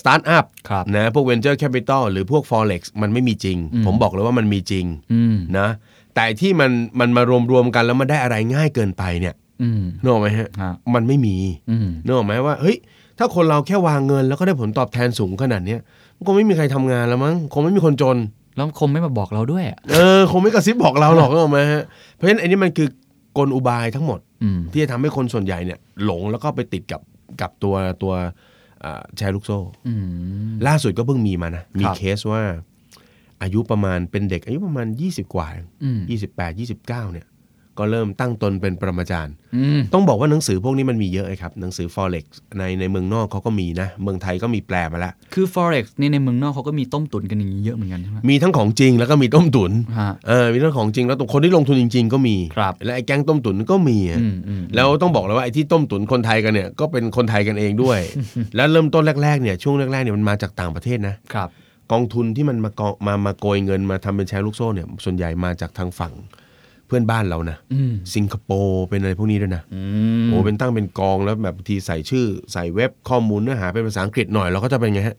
Speaker 4: สตาร์ทอัพ
Speaker 3: ครับ
Speaker 4: นะพวก Venture Capital หรือพวก Forex มันไม่มีจริง
Speaker 3: อืม
Speaker 4: ผมบอกเลยว่ามันมีจริง
Speaker 3: อืม
Speaker 4: นะแต่ที่มันมันมารวมรวมๆกันแล้วมันได้อะไรง่ายเกินไปเนี่ย
Speaker 3: อืม
Speaker 4: นึกออกไหมฮะ
Speaker 3: ฮะ
Speaker 4: มันไม่มี
Speaker 3: อืม
Speaker 4: นึกออกไหมว่าเฮ้ยถ้าคนเราแค่วางเงินแล้วก็ได้ผลตอบแทนสูงขนาดเนี้ยมันคงไม่มีใครทำงานแล้วมั้งคงไม่มีคนจน
Speaker 3: แล้วคงไม่มาบอกเราด้วยอ่ะ
Speaker 4: เออคงไม่กระซิบบอกเราหรอกนึกออกไหมฮะเพราะฉะนั้นอันนี้มันคือกลอุบายทั้งหมด
Speaker 3: อืม
Speaker 4: ที่จะทำให้คนส่วนใหญ่เนี่ยหลงแล้วก็ไปติดกับกับตัวตัวเอ่อแชร์ลูกโซ่
Speaker 3: อืม
Speaker 4: ล่าสุดก็เพิ่งมีมานะมี
Speaker 3: ครับ
Speaker 4: เคสว่า อายุประมาณเป็นเด็กอายุประมาณ 20 กว่าเอง
Speaker 3: อืม
Speaker 4: ยี่สิบแปดยี่สิบเก้าเนี่ยก็เริ่มตั้งตนเป็นปรมาจารย์
Speaker 3: อืม
Speaker 4: ต้องบอกว่าหนังสือพวกนี้มันมีเยอะไอ้ครับ หนังสือ forex ในในเมืองนอกเขาก็มีนะ เมืองไทยก็มีแปลมาแล้ว
Speaker 3: คือ forex นี่ในเมืองนอกเขาก็มีต้มตุ๋นกันอย่างนี้เยอะเหมือนกันใช่ไหม
Speaker 4: มีทั้งของจริงแล้วก็มีต้มตุน
Speaker 3: ฮะ
Speaker 4: เออมีทั้งของจริงแล้วตรงคนที่ลงทุนจริง ๆ ก็มี
Speaker 3: ครับ
Speaker 4: และไอ้แก๊งต้มตุนก็มีอะ
Speaker 3: อืมอืม
Speaker 4: แล้วต้องบอกเลยว่าไอ้ที่ต้มตุนคนไทยกันเนี่ยก็เป็นคนไทยกันเอง ด้วย แล้วเริ่มต้นแรกๆเนี่ยช่วงแรกๆเนี่ยมันมาจากต่างประเทศนะ
Speaker 3: ครับ
Speaker 4: กองทุนที่มันมากองมามาโกยเงินมาทำเป็นแชร์ลูกโซ่เนี่ยส่วนใหญ่มาจากทางฝั่งเพื่อนบ้านเรานะ
Speaker 3: อืม
Speaker 4: สิงคโปร์เป็นอะไรพวกนี้ด้วยนะ
Speaker 3: อืม
Speaker 4: โอ้เป็นตั้งเป็นกองแล้วแบบบางทีใส่ชื่อ ใส่เว็บข้อมูลเนื้อหาเป็นภาษาอังกฤษหน่อยเราก็จะเป็นไงฮะ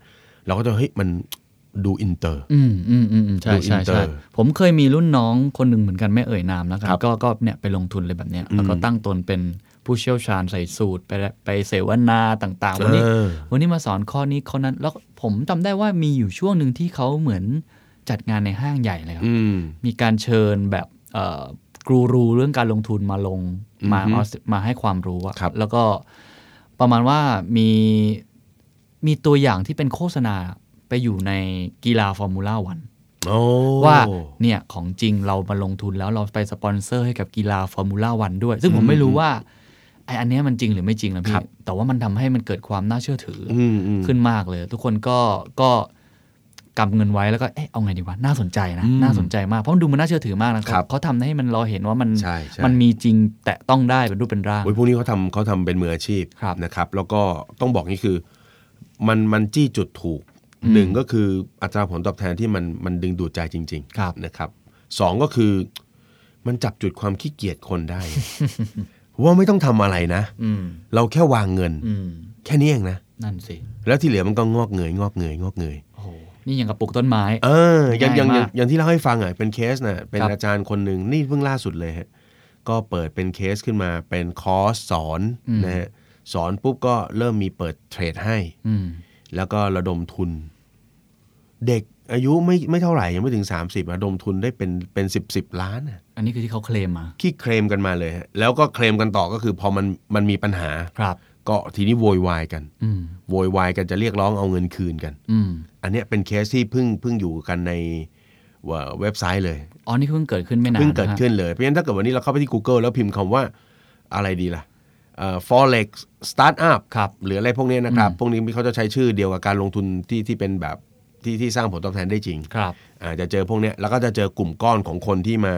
Speaker 4: เราก็จะเฮ้ยมันดูอินเตอร์
Speaker 3: อืมอืมอืมอืมใช่
Speaker 4: ดู
Speaker 3: ใช่ใช่
Speaker 4: inter
Speaker 3: ผมเคยมีรุ่นน้องคนหนึ่งเหมือนกันไม่เอ่ยนามแล้วกัน
Speaker 4: ครับ
Speaker 3: ก็ก็เนี่ยไปลงทุนเลยแบบเนี้ย
Speaker 4: อืม
Speaker 3: แล้วก็ตั้งตนเป็นผู้เชี่ยวชาญใส่สูตรไปแล้วไปเสวนาต่างๆ วันนี้
Speaker 4: เออ
Speaker 3: วันนี้มาสอนข้อนี้ข้อนั้น แล้วผมจำได้ว่ามีอยู่ช่วงหนึ่งที่เขาเหมือน จัดงานในห้างใหญ่เลยครับ
Speaker 4: อืม
Speaker 3: มีการเชิญแบบเอ่อกูรูเรื่องการลงทุนมาลงมา
Speaker 4: อือฮึ
Speaker 3: ออสมาให้ความรู้อะ
Speaker 4: ครับ
Speaker 3: แล้วก็ประมาณว่ามีมีตัวอย่างที่เป็นโฆษณาไปอยู่ในกีฬาฟอร์มูล่าวัน
Speaker 4: โอ้
Speaker 3: ว่าเนี่ยของจริงเรามาลงทุนแล้วเราไปสปอนเซอร์ให้กับกีฬาฟอร์มูล่าวันด้วย ซึ่งผมไม่รู้ว่าไออันเนี้ยมันจริงหรือไม่จริงนะพี่แต่ว่ามันทำให้มันเกิดความน่าเชื่อถืออ
Speaker 4: อืมอืม
Speaker 3: ขึ้นมากเลย ทุกคนก็ก็กำเงินไว้แล้วก็เอ๊ะเอาไงดีวะน่าสนใจนะ
Speaker 4: อืม
Speaker 3: น่าสนใจมากเพราะมันดูมันน่าเชื่อถือมากนะค
Speaker 4: ครั
Speaker 3: รับบ เขาทำให้มันเราเห็นว่ามัน
Speaker 4: ใช่ใช่
Speaker 3: มันมีจริงแตะต้องได้เป็นรูปเป็นร่าง
Speaker 4: โอ้ยพวกนี้เขาทำเขาทำเป็นมืออาชีพ
Speaker 3: ครับ
Speaker 4: นะครับ แล้วก็ต้องบอกนี่คือมันมันจี้จุดถูกหนึ่งก็คืออัตราผลตอบแทนที่มันมันดึงดูดใจจริง
Speaker 3: ครับ
Speaker 4: นะครับสองก็คือมันจับจุดความขี้เกียจคนได้ ว่าไม่ต้องทำอะไรนะ
Speaker 3: อืม
Speaker 4: เราแค่วางเงิน
Speaker 3: อืม
Speaker 4: แค่นี้เองนะ
Speaker 3: นั่นสิ
Speaker 4: แล้วที่เหลือมันก็งอกเงยงอกเงยงอกเงย
Speaker 3: โอ้โหนี่ยังกับปลูกต้นไม้
Speaker 4: เออยังยัง
Speaker 3: ง่ายมา
Speaker 4: ยั
Speaker 3: ง ก
Speaker 4: อย่างที่เล่าให้ฟังอ่ะเป็นเคสน่ะเป็น
Speaker 3: ครับ
Speaker 4: อาจารย์คนหนึ่งนี่เพิ่งล่าสุดเลยฮะก็เปิดเป็นเคสขึ้นมาเป็นคอร์สสอนนะฮะสอนปุ๊บก็เริ่มมีเปิดเทรดให้
Speaker 3: อืม
Speaker 4: แล้วก็ระดมทุน เด็กอายุไม่ไม่เท่าไหร่ยังไม่ถึง 30ระดมทุนได้เป็นเป็นสิบสิบล้านน่ะ
Speaker 3: อันนี้คือที่เขาเคลมมา
Speaker 4: ที่เคลมกันมาเลยฮะแล้วก็เคลมกันต่อก็คือพอมันมันมีปัญหา
Speaker 3: ครับ
Speaker 4: ก็ทีนี้โวยวายกัน
Speaker 3: อืม
Speaker 4: โวยวายกันจะเรียกร้องเอาเงินคืนกัน
Speaker 3: อืม
Speaker 4: อันเนี้ยเป็นเคสที่เพิ่งเพิ่งอยู่กันในเอ่อเว็บไซต์เลย
Speaker 3: อ๋อนี่เพิ่งเกิดขึ้นไม่นาน
Speaker 4: เพิ่งเกิด
Speaker 3: ะฮะ
Speaker 4: ขึ้นเลย เพราะฉะนั้นถ้าเกิดวันนี้เราเข้าไปที่ Google แล้วพิมพ์คำว่าอะไรดีล่ะเอ่อ forex startup
Speaker 3: ครับ
Speaker 4: หรืออะไรพวกเนี้ยนะครับ พวกนี้เขาจะใช้ชื่อเดียวกับการลงทุนที่ที่เป็นแบบที่ที่สร้างผลตอบแทนได้จริง
Speaker 3: ครับ
Speaker 4: อาจจะเจอพวกเนี้ยแล้วก็จะเจอกลุ่มก้อนของคนที่มา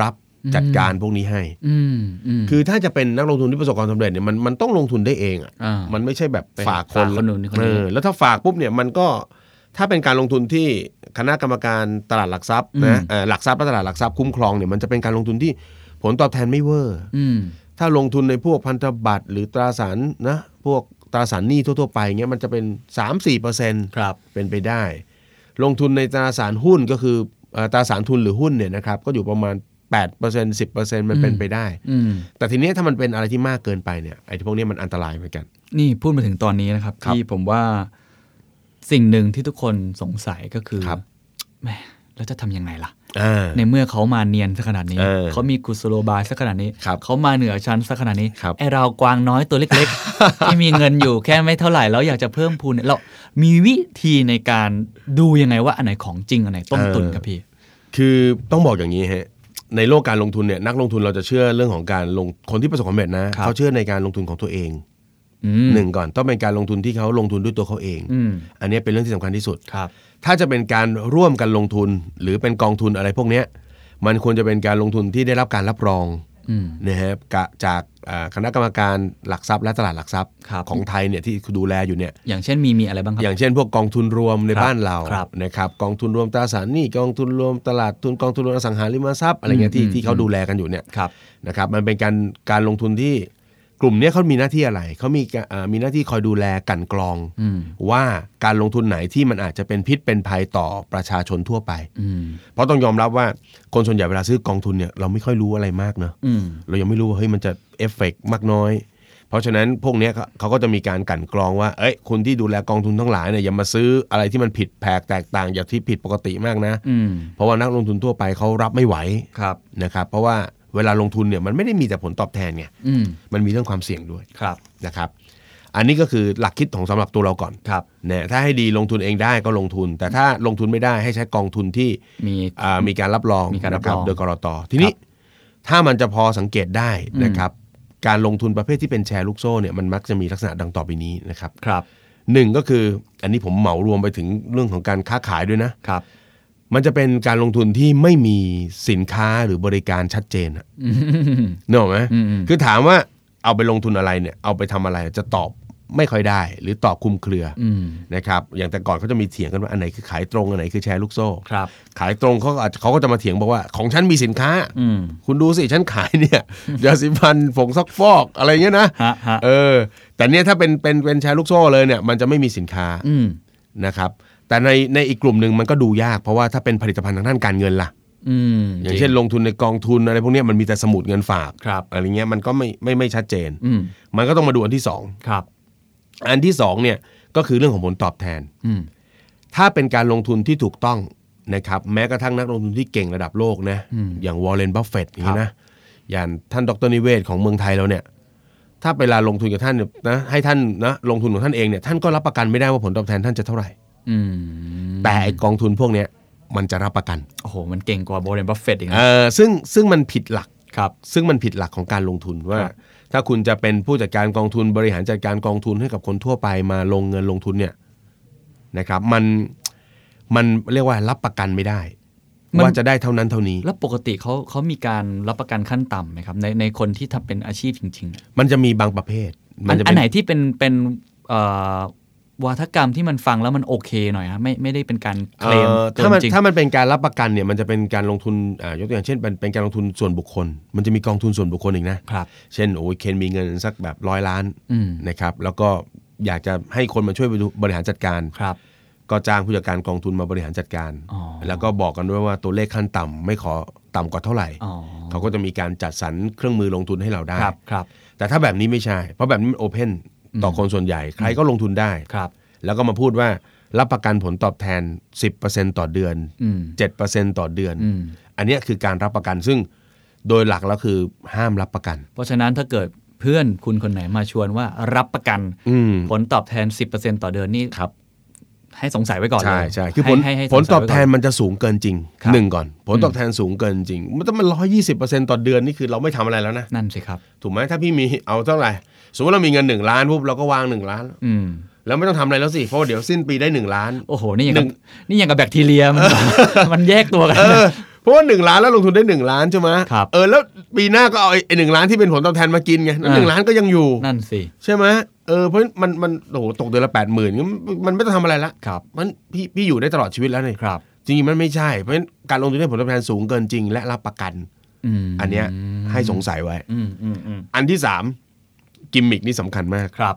Speaker 4: รับจัดการพวกนี้ให้
Speaker 3: อืมอืม
Speaker 4: คือถ้าจะเป็นนักลงทุนที่ประสบความสำเร็จเนี่ยมันมันต้องลงทุนได้เองอ่ะ
Speaker 3: อ่ามั
Speaker 4: มันไม่ใช่แบบ
Speaker 3: ไป
Speaker 4: ฝากคน
Speaker 3: ฝากคนนู้นคนนี้
Speaker 4: เออแล้วถ้าฝากปุ๊บเนี่ยมันก็ถ้าเป็นการลงทุนที่คณะกรรมการตลาดหลักทรัพย์นะเอ่อหลักทรัพย์และตลาดหลักทรัพย์คุ้มครองเนี่ยมันจะเป็นการลงทุนที่ผลตอบแทนไม่เวอร์
Speaker 3: อืม
Speaker 4: ถ้าลงทุนในพวกพันธบัตรหรือตราสารนะพวกตราสารหนี้ทั่วๆไปเงี้ยมันจะเป็น 3-4%เปอร์เซ็นต์
Speaker 3: ครับ
Speaker 4: เป็นไปได้ ลงทุนในตราสารหุ้นก็คือเอ่อตราสารทุนหรือหุ้นเนี่ยนะครับก็อยู่ประมาณ 8% 10%มันเป็นไปได้
Speaker 3: อืม
Speaker 4: แต่ทีเนี้ยถ้ามันเป็นอะไรที่มากเกินไปเนี่ยไอ้พวกเนี้ยมันอันตรายเหมือนกัน
Speaker 3: นี่พูดมาถึงตอนนี้นะครับ
Speaker 4: ครับ
Speaker 3: ที่ผมว่าสิ่งหนึ่งที่ทุกคนสงสัยก็คือ
Speaker 4: ครับ
Speaker 3: แหมแล้วจะทำยังไงล่ะ
Speaker 4: อ่า
Speaker 3: ในเมื่อเขามาเนียนสักขนาดนี้
Speaker 4: เออ
Speaker 3: เขามีกุศโลบายสักขนาดนี้
Speaker 4: ครับ
Speaker 3: เขามาเหนือชั้นสักขนาดนี้
Speaker 4: ครับ
Speaker 3: ไอเรากวางน้อยตัวเล็ก ๆ ที่มีเงินอยู่แค่ไม่เท่าไหร่แล้วอยากจะเพิ่มพูนเนี่ยเรา มีวิธีในการดูยังไงว่าอันไหนของจริงอันไหนต้มตุน
Speaker 4: เออ
Speaker 3: ครับพี่
Speaker 4: คือต้องบอกอย่างนี้ฮะในโลกการลงทุนเนี่ยนักลงทุนเราจะเชื่อเรื่องของการลงคนที่ประสบความสำเร็จนะครับ เขาเชื่อในการลงทุนของตัวเอง
Speaker 3: อืม
Speaker 4: หนึ่งก่อนต้องเป็นการลงทุนที่เขาลงทุนด้วยตัวเขาเอง
Speaker 3: อืม
Speaker 4: อันเนี้ยเป็นเรื่องที่สำคัญที่สุด
Speaker 3: ครับ
Speaker 4: ถ้าจะเป็นการร่วมกันลงทุนหรือเป็นกองทุนอะไรพวกเนี้ยมันควรจะเป็นการลงทุนที่ได้รับการรับรอง
Speaker 3: อืม
Speaker 4: นะฮะกะจากอ่าคณะกรรมการหลักทรัพย์และตลาดหลักทรัพย์
Speaker 3: ครับ
Speaker 4: ของไทยเนี่ยที่ดูแลอยู่เนี่ย
Speaker 3: อย่างเช่นมีมีอะไรบ้างครั
Speaker 4: อย่างเช่นพวกกองทุนรวมใน
Speaker 3: ครับ
Speaker 4: บ้านเรา
Speaker 3: ครับ
Speaker 4: นะครับกองทุนรวมตราสารหนี้กองทุนรวมตลาดทุนกองทุนรวมอสังหาริมทรัพย์อะไรเงี้ยที่
Speaker 3: อืม
Speaker 4: ที่เขาดูแลกันอยู่เนี่ย
Speaker 3: ครับ
Speaker 4: นะครับมันเป็นการการลงทุนที่กลุ่มเนี้ยเขามีหน้าที่อะไรเขามีกะอ่ามีหน้าที่คอยดูแลกลันกรอง
Speaker 3: อืม
Speaker 4: ว่าการลงทุนไหนที่มันอาจจะเป็นพิษเป็นภัยต่อประชาชนทั่วไป
Speaker 3: อืม
Speaker 4: เพราะต้องยอมรับว่าคนส่วนใหญ่เวลาซื้อกองทุนเนี่ยเราไม่ค่อยรู้อะไรมากเนอะ
Speaker 3: อืม
Speaker 4: เรายังไม่รู้ว่าเฮ้ยมันจะเอฟเฟกต์มากน้อย เพราะฉะนั้นพวกเนี้ยเขาเขาก็จะมีการกลั่นกรองว่าเอ้ยคุณที่ดูแลกองทุนทั้งหลายเนี่ยอย่ามาซื้ออะไรที่มันผิดแผกแตกต่างจากที่ผิดปกติมากนะ
Speaker 3: อืม
Speaker 4: เพราะว่านักลงทุนทั่วไปเขารับไม่ไหว
Speaker 3: ครับ
Speaker 4: นะครับเพราะว่าเวลาลงทุนเนี่ยมันไม่ได้มีแต่ผลตอบแทนไง
Speaker 3: อืม
Speaker 4: มันมีเรื่องความเสี่ยงด้วย
Speaker 3: ครับ
Speaker 4: นะครับ อันนี้ก็คือหลักคิดของสำหรับตัวเราก่อน
Speaker 3: ครับ
Speaker 4: นะถ้าให้ดีลงทุนเองได้ก็ลงทุน แต่ถ้าลงทุนไม่ได้ให้ใช้กองทุนที่
Speaker 3: มี
Speaker 4: อ่ามีการรับรอง
Speaker 3: มีการรับรอง
Speaker 4: นะคโดยกรตทีนี้ถ้ามันจะพอสังเกตได้นะครับ การลงทุนประเภทที่เป็นแชร์ลูกโซ่เนี่ยมันมักจะมีลักษณะดังต่อไปนี้นะครับ
Speaker 3: ครับ
Speaker 4: หนึ่งก็คืออันนี้ผมเหมารวมไปถึงเรื่องของการค้าขายด้วยนะ
Speaker 3: ครับ
Speaker 4: มันจะเป็นการลงทุนที่ไม่มีสินค้าหรือบริการชัดเจนอะ
Speaker 3: อืม
Speaker 4: นึกออกไหม
Speaker 3: อืม
Speaker 4: คือถามว่าเอาไปลงทุนอะไรเนี่ยเอาไปทำอะไรจะตอบไม่ค่อยได้ หรือตอบคลุมเครืออ
Speaker 3: อืม
Speaker 4: นะครับอย่างแต่ก่อนเขาจะมีเถียงกันว่าอันไหนคือขายตรงอันไหนคือแชร์ลูกโซ่
Speaker 3: ครับ
Speaker 4: ขายตรงเขาก็อาจเขาก็จะมาเถียงบอกว่าของฉันมีสินค้า
Speaker 3: อืม
Speaker 4: คุณดูสิฉันขายเนี่ย ยาสีฟันผงซักฟอกอะไรเงี้ยนะ
Speaker 3: ฮะฮะ
Speaker 4: เออ แต่เนี่ยถ้าเป็นเป็นเป็นแชร์ลูกโซ่เลยเนี่ยมันจะไม่มีสินค้า
Speaker 3: อืม
Speaker 4: นะครับ แต่ในในอีกกลุ่มหนึ่งมันก็ดูยากเพราะว่าถ้าเป็นผลิตภัณฑ์ทางด้านการเงินล่ะ
Speaker 3: อืม
Speaker 4: อย่างเช่น
Speaker 3: จริ
Speaker 4: ลงทุนในกองทุนอะไรพวกเนี้ยมันมีแต่สมุดเงินฝาก
Speaker 3: ครับ
Speaker 4: อะไรเงี้ยมันก็ไม่ไม่ไม่ชัดเจน
Speaker 3: อืม
Speaker 4: มันก็ต้องมาดูอันที่สอง
Speaker 3: ครับ
Speaker 4: อันที่สองเนี่ยก็คือเรื่องของผลตอบแทน
Speaker 3: อืม
Speaker 4: ถ้าเป็นการลงทุนที่ถูกต้อง นะครับแม้กระทั่งนักลงทุนที่เก่งระดับโลกนะอย่างวอร์เรนบัฟเฟตต์อย่างนี้นะอย่างท่านดรนิเวศน์ของเมืองไทยเราเนี่ย ถ้าเวลาลงทุนกับท่านเนี่ยนะให้ท่านนะลงทุนของท่านเองเนี่ยท่านก็รับประกันไม่ได้ว่าผลตอบแทนท่านจะเท่าไหร่
Speaker 3: อืม
Speaker 4: แต่ไอกองทุนพวกเนี้ยมันจะรับประกัน
Speaker 3: โอ้โห มันเก่งกว่าโบรนบัฟเฟตอีก
Speaker 4: เอ
Speaker 3: นะ
Speaker 4: อซึ่งซึ่งมันผิดหลัก
Speaker 3: ครับ
Speaker 4: ซึ่งมันผิดหลักของการลงทุนว่า
Speaker 3: ครับ
Speaker 4: ถ้าคุณจะเป็นผู้จัดการกองทุนบริหารจัดการกองทุนให้กับคนทั่วไปมาลงเงินลงทุนเนี่ยนะครับ มันมันเรียกว่ารับประกันไม่ได้ ว่าจะได้เท่านั้นเท่านี้
Speaker 3: แล้วปกติเขาเขามีการรับประกันขั้นต่ำไหมครับ ในในคนที่ทำเป็นอาชีพจริงๆอะ
Speaker 4: มันจะมีบางประเภท มั
Speaker 3: อัน
Speaker 4: จะ
Speaker 3: อั
Speaker 4: เป็น
Speaker 3: ไหนที่เป็นเป็นเอ่อวาทกรรมที่มันฟังแล้วมันโอเคหน่อยฮะไม่ไม่ได้เป็นการเค
Speaker 4: เอ่
Speaker 3: ลม
Speaker 4: อ
Speaker 3: เกิ
Speaker 4: ถ้ามัน
Speaker 3: จริง
Speaker 4: ถ้ามันเป็นการรับประกันเนี่ยมันจะเป็นการลงทุนอ่ายกตัวอย่างเช่นเป็นเป็นการลงทุนส่วนบุคคล มันจะมีกองทุนส่วนบุคคลอีกนะ
Speaker 3: ครับ
Speaker 4: เช่นโอ้ยเคนมีเงินสักแบบร้อยล้าน
Speaker 3: อืม
Speaker 4: นะครับ แล้วก็อยากจะให้คนมาช่วยบริหารจัดการ
Speaker 3: ครับ
Speaker 4: ก็จ้างผู้จัดการกองทุนมาบริหารจัดการ
Speaker 3: อ๋อ
Speaker 4: แล้วก็บอกกันด้วยว่าตัวเลขขั้นต่ำไม่ขอต่ำกว่าเท่าไหร่
Speaker 3: อ๋อ
Speaker 4: เขาก็จะมีการจัดสรรเครื่องมือลงทุนให้เราได้
Speaker 3: ครับครับ
Speaker 4: แต่ถ้าแบบนี้ไม่ใช่ เพราะแบบนี้มันโอเพนต่อคนส่วนใหญ่ ใครก็ลงทุนได้
Speaker 3: ครับ
Speaker 4: แล้วก็มาพูดว่ารับประกันผลตอบแทน 10%ต่อเดือน
Speaker 3: อืม
Speaker 4: 7%ต่อเดือน
Speaker 3: อืม
Speaker 4: อันเนี้ยคือการรับประกันซึ่งโดยหลักแล้วคือห้ามรับประกัน
Speaker 3: เพราะฉะนั้นถ้าเกิดเพื่อนคุณคนไหนมาชวนว่ารับประกัน
Speaker 4: อืม
Speaker 3: ผลตอบแทน 10%ต่อเดือนนี่
Speaker 4: ครับ
Speaker 3: ให้สงสัยไว้ก่อนเลย
Speaker 4: ใช่ใช่คือผล
Speaker 3: ให้ให้ให้
Speaker 4: ผล
Speaker 3: สงสัย
Speaker 4: ตอบแทน
Speaker 3: ไว้ก่
Speaker 4: มันจะสูงเกินจริง
Speaker 3: ครับ
Speaker 4: หนึ่งก่อน ผลตอบแทนสูงเกินจริง มันต้องมันร้อยี่สิบเปอร์เซ็นต่อเดือนนี่คือเราไม่ทำอะไรแล้วนะ
Speaker 3: นั่นสิครับ
Speaker 4: ถูกไหมถ้าพี่มีเอาเท่าไหร่สมมติเรามีเงินหนึ่งล้านปุ๊บเราก็วางหนึ่งล้าน
Speaker 3: อืม
Speaker 4: แล้วไม่ต้องทำอะไรแล้วสิ เพราะว่าเดี๋ยวสิ้นปีได้หนึ่งล้าน
Speaker 3: โอ้โห นี่ยัง
Speaker 4: ห
Speaker 3: กั
Speaker 4: นึ่
Speaker 3: บ
Speaker 4: ง
Speaker 3: นี่ยังกับแบคทีเรียมัน มันแยกตัวกัน
Speaker 4: เออเพราะว่าหนึ่งล้านแล้วลงทุนได้หนึ่งล้านใช่ไหม
Speaker 3: ครับ
Speaker 4: เออแล้วปีหน้าก็เอาไอ้ไอ้หนึ่งล้านที่เป็นผลตอบแทนมากินไงแล้วหนึ่งล้านก็ยังอยู่
Speaker 3: นั่นสิ
Speaker 4: ใช่ไหมเออเพราะมันมันโอ้โหตกเดือนละแปดหมื่นมันไม่ต้องทำอะไรละ
Speaker 3: ครับ
Speaker 4: มันพี่พี่อยู่ได้ตลอดชีวิตแล้วนี่
Speaker 3: ครับ
Speaker 4: จริงๆมันไม่ใช่ เพราะฉะนั้นการลงทุนได้ผลตอบแทนสูงเกินจริง และรับประกัน
Speaker 3: อืม
Speaker 4: อันเนี้ยให้สงสัยไว้
Speaker 3: อืมอืมอืม
Speaker 4: อันที่สามกิมมิกนี่สำคัญมาก
Speaker 3: ครับ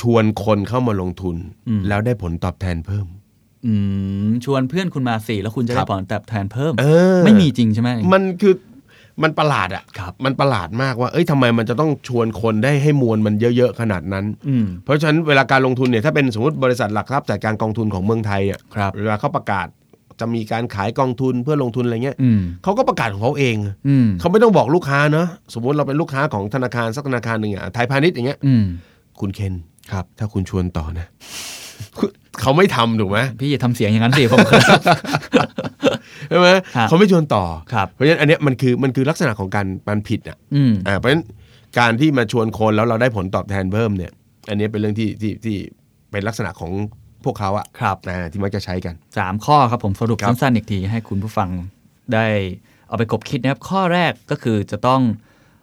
Speaker 4: ชวนคนเข้ามาลงทุน
Speaker 3: อืม
Speaker 4: แล้วได้ผลตอบแทนเพิ่ม
Speaker 3: อืมชวนเพื่อนคุณมาสี่แล้วคุณจะ
Speaker 4: ครั
Speaker 3: ได้
Speaker 4: บ
Speaker 3: ผลตอบแทนเพิ่ม
Speaker 4: เออ
Speaker 3: ไม่มีจริงใช่ไหม
Speaker 4: มันคือมันประหลาดอะ
Speaker 3: ครับ
Speaker 4: มันประหลาดมากว่า เอ้ยทำไมมันจะต้องชวนคนได้ให้มวลมันเยอะๆขนาดนั้น
Speaker 3: อืม
Speaker 4: เพราะฉะนั้นเวลาการลงทุนเนี่ยถ้าเป็นสมมติบริษัทหลักทรัพย์จัดการกองทุนของเมืองไทยเนี่ย
Speaker 3: ครับ
Speaker 4: เวลาเขาประกาศจะมีการขายกองทุนเพื่อลงทุนอะไรเงี้ย
Speaker 3: อืม
Speaker 4: เขาก็ประกาศของเขาเอง
Speaker 3: อืม
Speaker 4: เขาไม่ต้องบอกลูกค้าเนอะสมมติเราเป็นลูกค้าของธนาคารสักธนาคารหนึ่งอะไทยพาณิชย์อย่างเงี้ย
Speaker 3: อืม
Speaker 4: คุณเคน
Speaker 3: ครับ
Speaker 4: ถ้าคุณชวนต่อนะ เขาไม่ทำถูกไหม
Speaker 3: พี่อย่าทำเสียงอย่างนั้นสิผม
Speaker 4: ใช่ไหม
Speaker 3: ครับ
Speaker 4: เขาไม่ชวนต่อ
Speaker 3: ครับ
Speaker 4: เพราะฉะนั้นอันเนี้ยมันคือมันคือลักษณะของการมันผิดอ่ะ
Speaker 3: อืม
Speaker 4: อ่าเพราะฉะนั้นการที่มาชวนคนแล้วเราได้ผลตอบแทนเพิ่มเนี่ย อันเนี้ยเป็นเรื่องที่ที่ที่เป็นลักษณะของพวกเขาอะ
Speaker 3: ครับ
Speaker 4: อ่าที่มักจะใช้กัน
Speaker 3: สามข้อครับผมสรุป
Speaker 4: ครับ
Speaker 3: สั้นๆอีกทีให้คุณผู้ฟังได้เอาไปกบคิดนะครับ ข้อแรกก็คือจะต้อง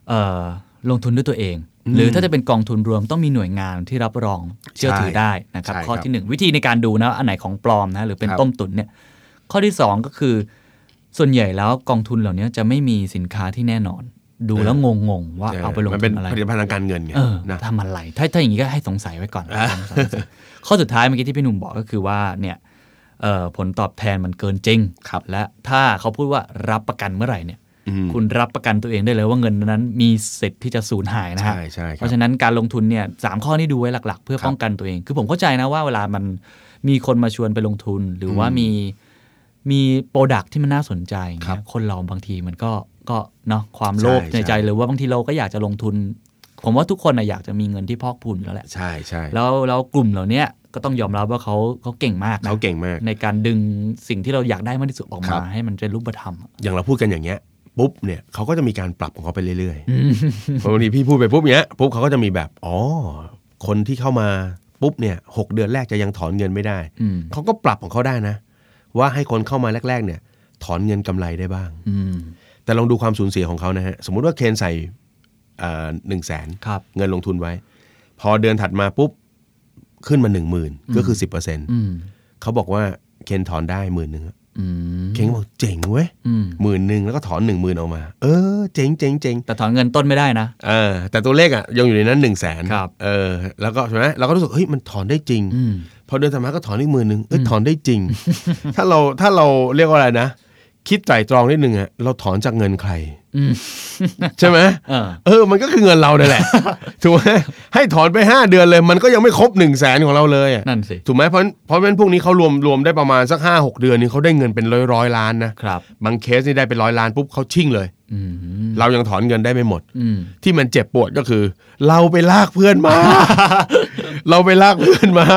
Speaker 3: เออลงทุนด้วยตัวเอง หรือถ้าจะเป็นกองทุนรวมต้องมีหน่วยงานที่รับรองเชื่อถือได้นะครับ
Speaker 4: ใช่ครับ
Speaker 3: ข้อทีหนึ่งวิธีในการดูนะอันไหนของปลอมนะหรือเป็น
Speaker 4: ครับ
Speaker 3: ต้มตุ๋นเนี่ยข้อที่สองก็คือ ส่วนใหญ่แล้วกองทุนเหล่านี้จะไม่มีสินค้าที่แน่นอน ดูแล้วงงๆว่าเอาไปลง
Speaker 4: มัน
Speaker 3: ทุ
Speaker 4: เป็น
Speaker 3: นอะไร
Speaker 4: ผลิตภัณฑ์ทางการเงินไง
Speaker 3: เออ
Speaker 4: นะ
Speaker 3: ทำอะไรถ้าถ้าอย่างนี้ก็ให้สงสัยไว้ก่อนสงสัยข้อสุดท้ายเมื่อกี้ที่พี่หนุ่มบอกก็คือว่าเนี่ยเอ่อผลตอบแทนมันเกินจริง
Speaker 4: ครับ
Speaker 3: และถ้าเขาพูดว่ารับประกันเมื่อไหร่เนี่ย
Speaker 4: อืม
Speaker 3: คุณรับประกันตัวเองได้เลยว่าเงินนั้นมีสิทธิ์ที่จะสูญหายนะฮะ
Speaker 4: ใช่ใช่ค
Speaker 3: เพ
Speaker 4: รับ
Speaker 3: ราะฉะนั้นการลงทุนเนี่ยสามข้อนี้ดูไว้หลัก ๆ เพื่อ
Speaker 4: ครับ
Speaker 3: ป้องกันตัวเอง คือผมเข้าใจนะว่าเวลามันมีคนมาชวนไปลงทุน หรือว่ามีมีโปรดักที่มันน่าสนใจอย่าง
Speaker 4: ครั
Speaker 3: เงี้
Speaker 4: บ
Speaker 3: ยคนเราบางทีมันก็ก็เนาะความโลภ
Speaker 4: ใช่
Speaker 3: ในใจ
Speaker 4: ใช่
Speaker 3: หรือว่าบางทีเราก็อยากจะลงทุน ผมว่าทุกคนนะอยากจะมีเงินที่พอกพูนอยู่แล้วแหละ
Speaker 4: ใช่ใช่
Speaker 3: แล้วแล้วกลุ่มเหล่าเนี้ยก็ต้องยอมรับว่าเขาเขาเก่งมากนะ
Speaker 4: เขาเก่งมาก
Speaker 3: ในการดึงสิ่งที่เราอยากได้มากที่สุดออก
Speaker 4: ครั
Speaker 3: มา
Speaker 4: บ
Speaker 3: ให้มันเป็นรูปธรรมอะ
Speaker 4: อย่างเราพูดกันอย่างเงี้ยปุ๊บเนี่ยเขาก็จะมีการปรับของเขาไปเรื่อยๆพอบางทีพี่พูดไปปุ๊บเงี้ยปุ๊บเขาก็จะมีแบบอ๋อคนที่เข้ามาปุ๊บเนี่ยหกเดือนแรกจะยังถอนเงินไม่ได้
Speaker 3: อืม
Speaker 4: เขาก็ปรับของเขาได้นะ ว่าให้คนเข้ามาแรก ๆ เนี่ย ถอนเงินกำไรได้บ้าง
Speaker 3: อืม
Speaker 4: แต่ลองดูความสูญเสียของเขานะฮะสมมุติว่าเคนใส่หนึ่งแสน
Speaker 3: ครับ
Speaker 4: เงินลงทุนไว้ พอเดือนถัดมาปุ๊บขึ้นมาหนึ่งหมื่นก็คือสิบเปอร์เซ็นต์
Speaker 3: อืม
Speaker 4: เขาบอกว่าเคนถอนได้หมื่นหนึ่งอะ
Speaker 3: อืม
Speaker 4: เคนก็บอกเจ๋งเว้ย
Speaker 3: อืม
Speaker 4: หมื่นหนึ่งแล้วก็ถอนหนึ่งหมื่นออกมา เออ เจ๋งเจ๋งเจ๋ง
Speaker 3: แต่ถอนเงินต้นไม่ได้นะ
Speaker 4: เออแต่ตัวเลขอ่ะยังอยู่ในนั้นหนึ่งแสน
Speaker 3: ครับ
Speaker 4: เออ แล้วก็ใช่ไหมเราก็รู้สึกเฮ้ยมันถอนได้จริง
Speaker 3: อืม
Speaker 4: พอเดือนต่อมาก็ถอนอีกหมื่นหนึ่งเอ้ยถอนได้จริง ถ้าเราถ้าเราเรียกว่าอะไรนะ คิดไตร่ตรองนิดนึงอะเราถอนจากเงินใคร
Speaker 3: อืม
Speaker 4: ใช่ไหม
Speaker 3: เออ
Speaker 4: เออ มันก็คือเงินเราเนี่ ยแหละ ถูกไหมให้ถอนไป 5 เดือนเลย มันก็ยังไม่ครบ1นึ่งแสนของเราเลยอะ
Speaker 3: นั่นสิ
Speaker 4: ถูกไหมเพราะเพราะฉะนั้นพวกนี้เขารวมรวมได้ประมาณสัก5 6 เดือนนี่เขาได้เงินเป็นร้อยร้อยๆล้านนะครับ บางเคสนี่ได้เป็นร้อยล้านปุ๊บเขาชิ่งเลย
Speaker 3: อืม
Speaker 4: เรายังถอนเงินได้ไม่หมด
Speaker 3: อืม
Speaker 4: ที่มันเจ็บปวดก็คือ เราไปลากเพื่อน มา เราไปลากเพื่อนมา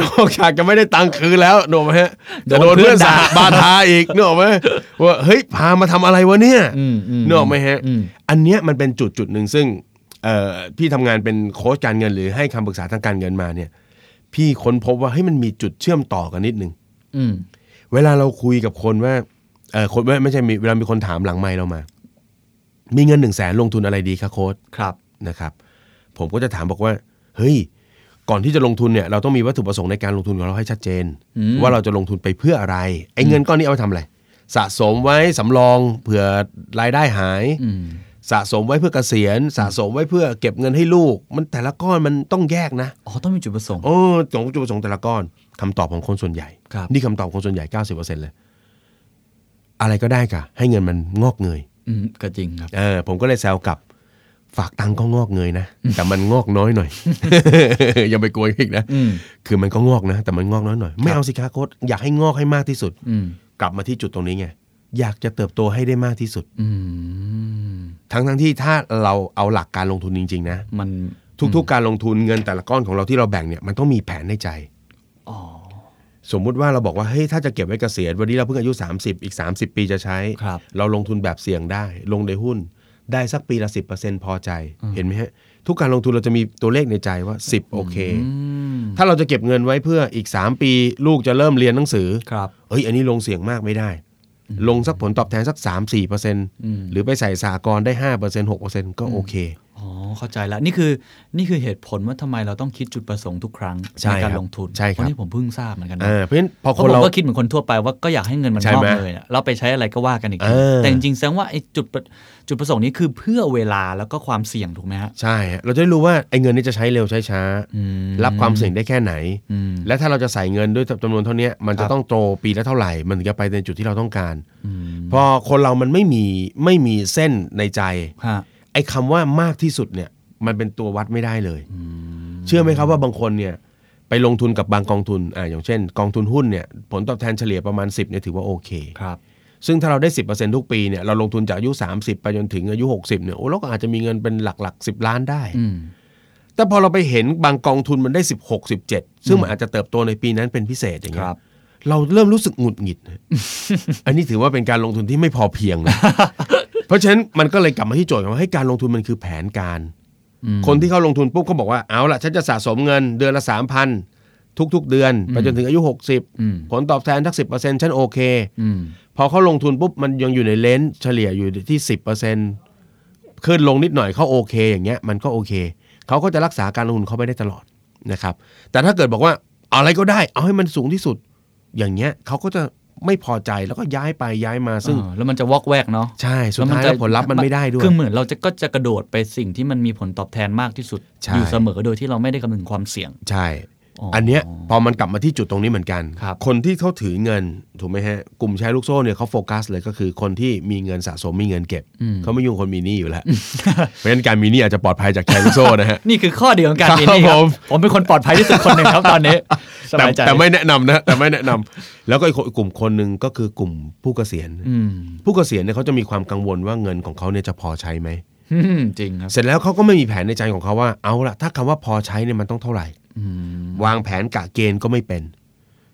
Speaker 4: นอกจากจะไม่ได้ตังค์คืนแล้วหนูไหมฮะจะโดนเพื่อนสาดบาทาอีกหนูไหมว่าเฮ้ยพามาทำอะไรวะเนี่ย
Speaker 3: อืมอืม
Speaker 4: หนูไหมฮะ
Speaker 3: อืม
Speaker 4: อันเนี้ยมันเป็นจุดจุดหนึ่งซึ่งเอ่อพี่ทำงานเป็นโค้ชการเงินหรือให้คำปรึกษาทางการเงินมาเนี่ย พี่ค้นพบว่าเฮ้ยมันมีจุดเชื่อมต่อกันนิดนึง
Speaker 3: อืม
Speaker 4: เวลาเราคุยกับคนว่าเออคนไม่ไม่ใช่มีเวลามีคนถามหลังไมค์เรามา มีเงินหนึ่งแสนลงทุนอะไรดีคะโค้ช
Speaker 3: ครับ
Speaker 4: นะครับผมก็จะถามบอกว่า เฮ้ย ก่อนที่จะลงทุนเนี่ย เราต้องมีวัตถุประสงค์ในการลงทุนของเราให้ชัดเจน
Speaker 3: อืม
Speaker 4: ว่าเราจะลงทุนไปเพื่ออะไร ไอ้เงินก้อนนี้เอาไปทำอะไร สะสมไว้สำรองเผื่อรายได้หาย
Speaker 3: อืม
Speaker 4: สะสมไว้เพื่อเกษียณ สะสมไว้เพื่อเก็บเงินให้ลูก มันแต่ละก้อนมันต้องแยกนะ
Speaker 3: อ๋อ ต้องมีจุดประสงค์
Speaker 4: โอ้ของจุดประสงค์แต่ละก้อนคำตอบของคนส่วนใหญ่
Speaker 3: ครับ
Speaker 4: นี่คำตอบของคนส่วนใหญ่ 90%เลย อะไรก็ได้ค่ะ ให้เงินมันงอกเงย
Speaker 3: อืมก็จริงครับ
Speaker 4: เออผมก็เลยแซวกลับ ฝากตังค์ก็งอกเงยนะ แต่มันงอกน้อยหน่อย อยังไปกลัวอีกนะ
Speaker 3: อืม
Speaker 4: คือมันก็งอกนะ แต่มันงอกน้อยหน่อย ไม่เอาสิคะโค้ดอยากให้งอกให้มากที่สุด
Speaker 3: อืม
Speaker 4: กลับมาที่จุดตรงนี้ไง อยากจะเติบโตให้ได้มากที่สุด
Speaker 3: อืม
Speaker 4: ทั้งทั้งๆที่ถ้าเราเอาหลักการลงทุนจริง ๆ นะ
Speaker 3: มัน
Speaker 4: ทุกๆ การลงทุนเงินแต่ละก้อนของเราที่เราแบ่งเนี่ยมันต้องมีแผนในใจ
Speaker 3: อ๋อ
Speaker 4: สมมุติว่าเราบอกว่าเฮ้ยถ้าจะเก็บไว้เกษียณวันนี้เราเพิ่งอายุ 30 อีก 30 ปีจะใช้
Speaker 3: ครับ
Speaker 4: เราลงทุนแบบเสี่ยงได้ ลงในหุ้น ได้สักปีละ 10%พอใจ เห็นไหมฮะ ทุกการลงทุนเราจะมีตัวเลขในใจว่า 10 โอเค
Speaker 3: อืม
Speaker 4: ถ้าเราจะเก็บเงินไว้เพื่ออีก 3 ปี ลูกจะเริ่มเรียนหนังสือ
Speaker 3: ครับ
Speaker 4: เอ้ย อันนี้ลงเสี่ยงมากไม่ได้ ลงสักผลตอบแทนสัก 3-4%หรือไปใส่สากลได้ 5% 6%ก็โอเค
Speaker 3: อ๋อ เข้าใจแล้ว นี่คือ นี่คือเหตุผลว่าทำไมเราต้องคิดจุดประสงค์ทุกครั้ง
Speaker 4: ใช่
Speaker 3: ในการ
Speaker 4: ครับ
Speaker 3: ลงทุน
Speaker 4: ใช่ครับ
Speaker 3: เพาะนี่ผมเพิ่งทราบเหมือนกันนะ
Speaker 4: อ่าเพราะฉะนั้นพอ
Speaker 3: เพ
Speaker 4: ค
Speaker 3: ราะ
Speaker 4: น
Speaker 3: ผม
Speaker 4: เรา
Speaker 3: ก็คิดเหมือนคนทั่วไปว่าก็อยากให้เงินมัน
Speaker 4: ใช่
Speaker 3: งอก
Speaker 4: ไหม
Speaker 3: เลยอะเราไปใช้อะไรก็ว่ากันอีก
Speaker 4: เอ
Speaker 3: ที
Speaker 4: อ
Speaker 3: แต่จริงๆแสดงว่าไอ้จุดประจุดประสงค์นี้คือเพื่อเวลาแล้วก็ความเสี่ยงถูกไหมฮะ
Speaker 4: ใช่ฮะเราจะได้รู้ว่าไอ้เงินนี้จะใช้เร็วใช้ช้า
Speaker 3: อืม
Speaker 4: รับความเสี่ยงได้แค่ไหน
Speaker 3: อืม
Speaker 4: และถ้าเราจะใส่เงินด้วยจำนวนเท่าเนี้ยมัน
Speaker 3: ค
Speaker 4: จะ
Speaker 3: รับ
Speaker 4: ต้องโตปีละเท่าไหร่ มันถึงจะไปในจุดที่เราต้องการ
Speaker 3: อืม
Speaker 4: พอคนเรามันไม่มีไม่มีเส้นในใจ
Speaker 3: ฮะ
Speaker 4: ไอ้คำว่ามากที่สุดเนี่ย มันเป็นตัววัดไม่ได้เลย เชื่อไหมครับว่าบางคนเนี่ย ไปลงทุนกับบางกองทุนอ่าอย่างเช่น กองทุนหุ้นเนี่ย ผลตอบแทนเฉลี่ยประมาณ 10เนี่ยถือว่าโอเค
Speaker 3: ครับ
Speaker 4: ซึ่งถ้าเราได้ 10%ทุกปีเนี่ยเราลงทุนจากอายุ 30 ไปจนถึงอายุ 60เนี่ยโอ้เราก็อาจจะมีเงินเป็นหลักๆ10 ล้านได้
Speaker 3: อืม
Speaker 4: แต่พอเราไปเห็นบางกองทุนมันได้ 16 17 ซึ่งมันอาจจะเติบโตในปีนั้นเป็นพิเศษอย่าง
Speaker 3: ค
Speaker 4: เงี้
Speaker 3: รั
Speaker 4: ย
Speaker 3: บ
Speaker 4: เราเริ่มรู้สึกหงุดหงิดนะ อันนี้ถือว่าเป็นการลงทุนที่ไม่พอเพียงนะ เพราะฉะนั้นมันก็เลยกลับมาที่โจทย์กันว่าให้ยการลงทุนมันคือแผนการ
Speaker 3: อืม
Speaker 4: คนที่เขาลงทุนปุ๊บเขาบอกว่าเอาละฉันจะสะสมเงินเดือนละ 3,000 ทุกๆ เดือนไปจนถึงอายุ
Speaker 3: อืม
Speaker 4: 60 ผลตอบแทนทักสิบเปอร์เซ็นต์ฉันโอเค
Speaker 3: อืม
Speaker 4: พอเขาลงทุนปุ๊บมันยังอยู่ในเลนส์เฉลี่ยอยู่ที่ 10%ขึ้นลงนิดหน่อยเขาโอเค อย่างเงี้ยมันก็โอเค เขาก็จะรักษาการลงทุนเขาไปได้ตลอดนะครับ แต่ถ้าเกิดบอกว่าเอาอะไรก็ได้ เอาให้มันสูงที่สุด อย่างเงี้ยเขาก็จะไม่พอใจแล้วก็ย้ายไปย้ายมาซึ่ง
Speaker 3: เออแล้วมันจะวอกแวกเนาะ
Speaker 4: ใช่สุดท้ายแล้วผลลัพธ์มันไม่ได้ด้วย
Speaker 3: คือเหมือนเราจะก็จะกระโดดไปสิ่งที่มันมีผลตอบแทนมากที่สุด
Speaker 4: ใช่
Speaker 3: อยู่เสมอโดยที่เราไม่ได้คำนึงความเสี่ยง
Speaker 4: ใช่
Speaker 3: อ๋ออั
Speaker 4: อันเนี้ยพอมันกลับมาที่จุดตรงนี้เหมือนกัน
Speaker 3: ครับ
Speaker 4: นที่เขาถือเงินถูกไหมฮะ กลุ่มแชร์ลูกโซ่เนี่ยเขาโฟกัสเลยก็คือคนที่มีเงินสะสมมีเงินเก็บเขาไม่ยุ่งคนมีหนี้อยู่แล้ว เพราะฉะนั้นการมีหนี้อาจจะปลอดภัยจากแชร์ลูกโซ่นะฮะ
Speaker 3: นี่คือข้อดีของการ
Speaker 4: ครับ
Speaker 3: มีหนี่ค
Speaker 4: ผ
Speaker 3: รับ
Speaker 4: ม
Speaker 3: ผมเป็นคนปลอดภัยที่สุดคนหนึ่งครับตอน นี้ส
Speaker 4: แต่
Speaker 3: บายใจ
Speaker 4: แต่ไม่แนะนำนะแต่ไม่แนะนำแล้วก็อีกคนอีกกลุ่มคนหนึ่งก็คือกลุ่มผู้เกษียณ
Speaker 3: อืม
Speaker 4: ผู้เกษียณเนี่ยเขาจะมีความกังวลว่าเงินของเขาเนี่ยจะพอใช้ไหม
Speaker 3: อืม จริงครับ
Speaker 4: เสร็จแล้วเขาก็ไม่มีแผนในใจของเขาว่าเอาละถ้าคำว่าพอใช้เนี่ยมันต้องเท่าไหร่
Speaker 3: อืม
Speaker 4: วางแผนกะเกณฑ์ก็ไม่เป็น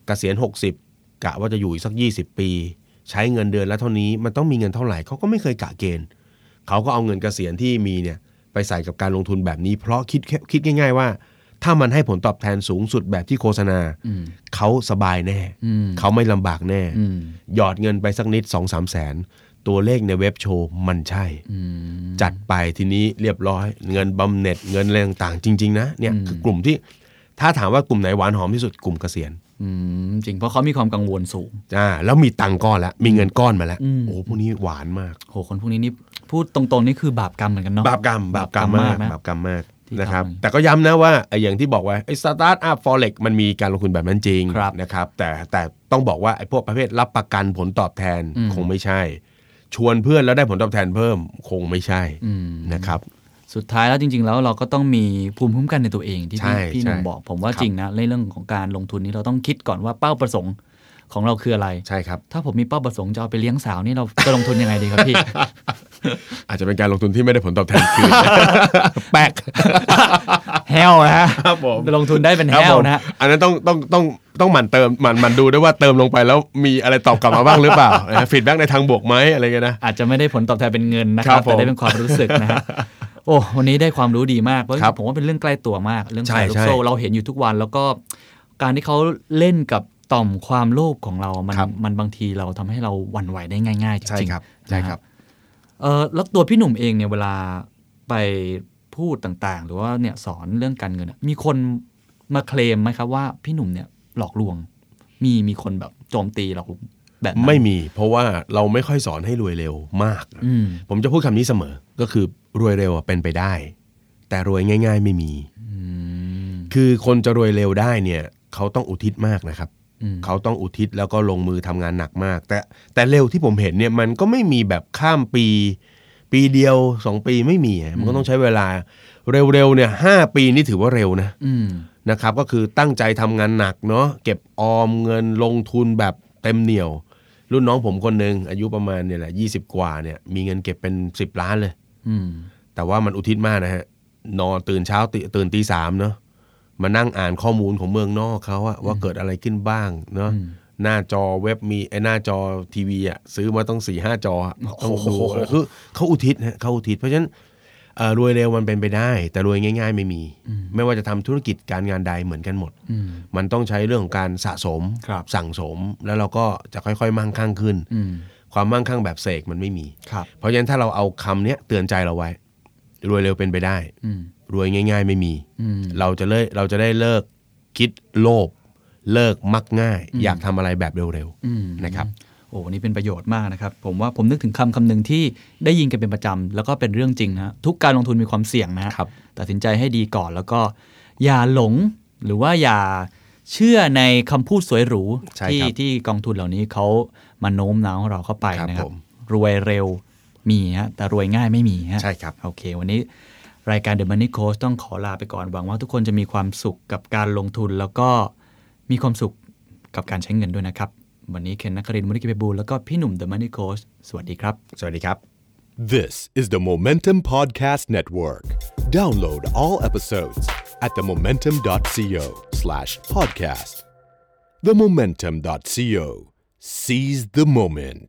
Speaker 4: เกษียณ 60 กะว่าจะอยู่อีกสัก 20 ปี ใช้เงินเดือนแล้วเท่านี้มันต้องมีเงินเท่าไหร่เขาก็ไม่เคยกะเกณฑ์เขาก็เอาเงินเกษียณที่มีเนี่ยไปใส่กับการลงทุนแบบนี้ เพราะคิดแค่คิดง่าย ๆ ว่า ถ้ามันให้ผลตอบแทนสูงสุดแบบที่โฆษณา
Speaker 3: อืม
Speaker 4: เขาสบายแน่
Speaker 3: อืม
Speaker 4: เขาไม่ลำบากแน่
Speaker 3: อืม
Speaker 4: หยอดเงินไปสักนิด 2 3 0 0แสน ตัวเลขในเว็บโชว์มันใช่
Speaker 3: อืม
Speaker 4: จัดไปทีนี้เรียบร้อย เงินบำเหน็จเงินอะไรต่างๆ จริง ๆ นะเนี่ย
Speaker 3: อืม
Speaker 4: คือกลุ่มที่ถ้าถามว่ากลุ่มไหนหวานหอมที่สุดกลุ่มเกษียณ
Speaker 3: อืมจริงเพราะเขามีความกังวลสูง
Speaker 4: อ่าแล้วมีตังค์ก้อนแล้วมีเงินก้อนมาแล้ว
Speaker 3: อืม
Speaker 4: โอ้พวกนี้หวานมาก
Speaker 3: โหคนพวกนี้นี่พูดตรงๆนี่คือบาปกรรมเหมือนกันเนาะ
Speaker 4: บาปกรรมบาปกรรม
Speaker 3: บาปกรรมมาก
Speaker 4: มาก
Speaker 3: นะ
Speaker 4: บาปกรรมมาก
Speaker 3: ที่
Speaker 4: นะครับ
Speaker 3: ทำ
Speaker 4: แต่ก็ย้ำนะว่าไอ้อย่างที่บอกไว่าไอ้สตาร์ทอัพฟอเร็กมันมีการลงทุนแบบนั้นจริง
Speaker 3: ครับ
Speaker 4: นะครับ แต่แต่ต้องบอกว่าไอ้พวกประเภทรับประกันผลตอบแทน
Speaker 3: อืม
Speaker 4: คงไม่ใช่ ชวนเพื่อนแล้วได้ผลตอบแทนเพิ่มคงไม่ใช่
Speaker 3: อืม
Speaker 4: นะครับ
Speaker 3: สุดท้ายแล้วจริง ๆ แล้วเราก็ต้องมีภูมิคุ้มกันในตัวเองที่พี่
Speaker 4: ใช่
Speaker 3: พี่หนุ่ม
Speaker 4: ใช่
Speaker 3: บอกผมว่า
Speaker 4: ครับ
Speaker 3: จริงนะในเรื่องของการลงทุนนี้เราต้องคิดก่อนว่าเป้าประสงค์ของเราคืออะไร
Speaker 4: ใช่ครับ
Speaker 3: ถ้าผมมีเป้าประสงค์จะเอาไปเลี้ยงสาวนี่เราจะลงทุนยังไงดีครับ พี่
Speaker 4: อาจจะเป็นการลงทุนที่ไม่ได้ผลตอบแทนคื น แปก
Speaker 3: แฮวนะฮะ
Speaker 4: ครับผม
Speaker 3: ลงทุนได้เป็น
Speaker 4: ครับ
Speaker 3: แฮ
Speaker 4: ผ
Speaker 3: ว
Speaker 4: ม
Speaker 3: นะฮะ
Speaker 4: อันนั้นต้องต้องต้องต้องหมั่นเติมหมั่นหมั่นดูด้วยว่าเติมลงไปแล้วมีอะไรตอบกลับมาบ้างหรือเปล่า ฟีดแบ็กในทางบวกไหมอะไรเงี้ยนะ
Speaker 3: อาจจะไม่ได้ผลตอบแทนเป็นเงินนะค
Speaker 4: ครั
Speaker 3: รับบ
Speaker 4: ผม
Speaker 3: แต่ได้เป็นความรู้สึกนะ ฮะ โอ้วันนี้ได้ความรู้ดีมากเพราะ
Speaker 4: ครับ
Speaker 3: ผมว่าเป็นเรื่องใกล้ตัวมาก เรื่อง
Speaker 4: ใช่
Speaker 3: ขายลูก
Speaker 4: ใช่
Speaker 3: โซ่เราเห็นอยู่ทุกวันแล้วก็การที่เขาเล่นกับต่อมความโลภของเรา มัน
Speaker 4: ครับ
Speaker 3: มันบางทีเราทำให้เราหวั่นไหวได้ง่ายๆจริงๆ
Speaker 4: ใช่ครับ
Speaker 3: นะฮะ
Speaker 4: ใช่ครับ
Speaker 3: เออแล้วตัวพี่หนุ่มเองเนี่ยเวลาไปพูดต่างๆ หรือว่าเนี่ยสอนเรื่องการเงินอะมีคนมาเคลมไหมครับว่าพี่หนุ่มเนี่ยหลอกลวง มีมีคนแบบโจมตีเราแบบนั้น
Speaker 4: ไม่มี เพราะว่าเราไม่ค่อยสอนให้รวยเร็วมาก
Speaker 3: อืม
Speaker 4: ผมจะพูดคำนี้เสมอ ก็คือรวยเร็วอะเป็นไปได้ แต่รวยง่าย ๆ ไม่มี คือคนจะรวยเร็วได้เนี่ย เขาต้องอุทิศมากนะครับ
Speaker 3: อืม
Speaker 4: เขาต้องอุทิศแล้วก็ลงมือทำงานหนักมาก แต่แต่เร็วที่ผมเห็นเนี่ยมันก็ไม่มีแบบข้ามปี ปีเดียวสองปีไม่มีอะมันก็ต้องใช้เวลาเร็วๆเนี่ยห้าปีนี่ถือว่าเร็วนะ
Speaker 3: อืม
Speaker 4: นะครับก็คือตั้งใจทำงานหนักเนาะเก็บออมเงินลงทุนแบบเต็มเหนียว รุ่นน้องผมคนหนึ่งอายุประมาณเนี่ยแหละยีกว่าเนี่ยมีเงินเก็บเป็น 10 ล้านเลย
Speaker 3: อืม
Speaker 4: แต่ว่ามันอุทิศมากนะฮะนอนตื่นเช้าตตื่นตีสามเนาะมานั่งอ่านข้อมูลของเมืองนอกเขาอะว่าเกิดอะไรขึ้นบ้างเนาะหน้าจอเว็บมีไอ้หน้าจอทีวีอะซื้อมาต้องสี่ห้าจออะต้องดูอะคือเขาอุทิศฮะเขาอุทิศเพราะฉะนั้นเอ่อรวยเร็วมันเป็นไปได้ แต่รวยง่าย ๆ ไม่มี ไม่ว่าจะทำธุรกิจการงานใดเหมือนกันหมด
Speaker 3: อืม
Speaker 4: มันต้องใช้เรื่องของการสะสม
Speaker 3: ครับ
Speaker 4: สั่งสมแล้วเราก็จะค่อยๆ มั่งคั่งขึ้น
Speaker 3: อืม
Speaker 4: ความมั่งคั่งแบบเสกมันไม่มี
Speaker 3: ครับ
Speaker 4: เพราะฉะนั้นถ้าเราเอาคำเนี้ยเตือนใจเราไว้ รวยเร็วเป็นไปได้
Speaker 3: อืม
Speaker 4: รวยง่าย ๆ ไม่มี
Speaker 3: อืม
Speaker 4: เราจะเลยเราจะได้เลิกคิดโลภเลิกมักง่าย อยากทำอะไรแบบเร็ว
Speaker 3: อืม
Speaker 4: ๆนะครับ
Speaker 3: โอ้นี่เป็นประโยชน์มากนะครับ ผมว่าผมนึกถึงคำคำหนึ่งที่ได้ยินกันเป็นประจำ แล้วก็เป็นเรื่องจริงนะทุกการลงทุนมีความเสี่ยงนะตัดสินใจให้ดีก่อนแล้วก็ อย่าหลง หรือว่าอย่าเชื่อในคำพูดสวยหรู
Speaker 4: ใช่
Speaker 3: ที่
Speaker 4: ครับ
Speaker 3: ที่กองทุนเหล่านี้เขามาโน้มน้าวเราเข้าไป
Speaker 4: ครับ
Speaker 3: นะครับ
Speaker 4: ผม
Speaker 3: รวยเร็วมีฮะแต่รวยง่ายไม่มีฮะ
Speaker 4: ใช่ครับ
Speaker 3: โอเค วันนี้รายการ The Money Coach ต้องขอลาไปก่อนหวังว่าทุกคนจะมีความสุขกับการลงทุนแล้วก็มีความสุข กับการใช้เงินด้วยนะครับ วันนี้เคนนักครินทร์มุนิกิเบบูลย์แล้วก็พี่หนุ่ม The Money Coach สวัสดีครับ
Speaker 4: สวัสดีครับ
Speaker 1: This is the Momentum Podcast Network. Download all episodes at themomentum.co slash podcast. Themomentum.co. Seize the moment.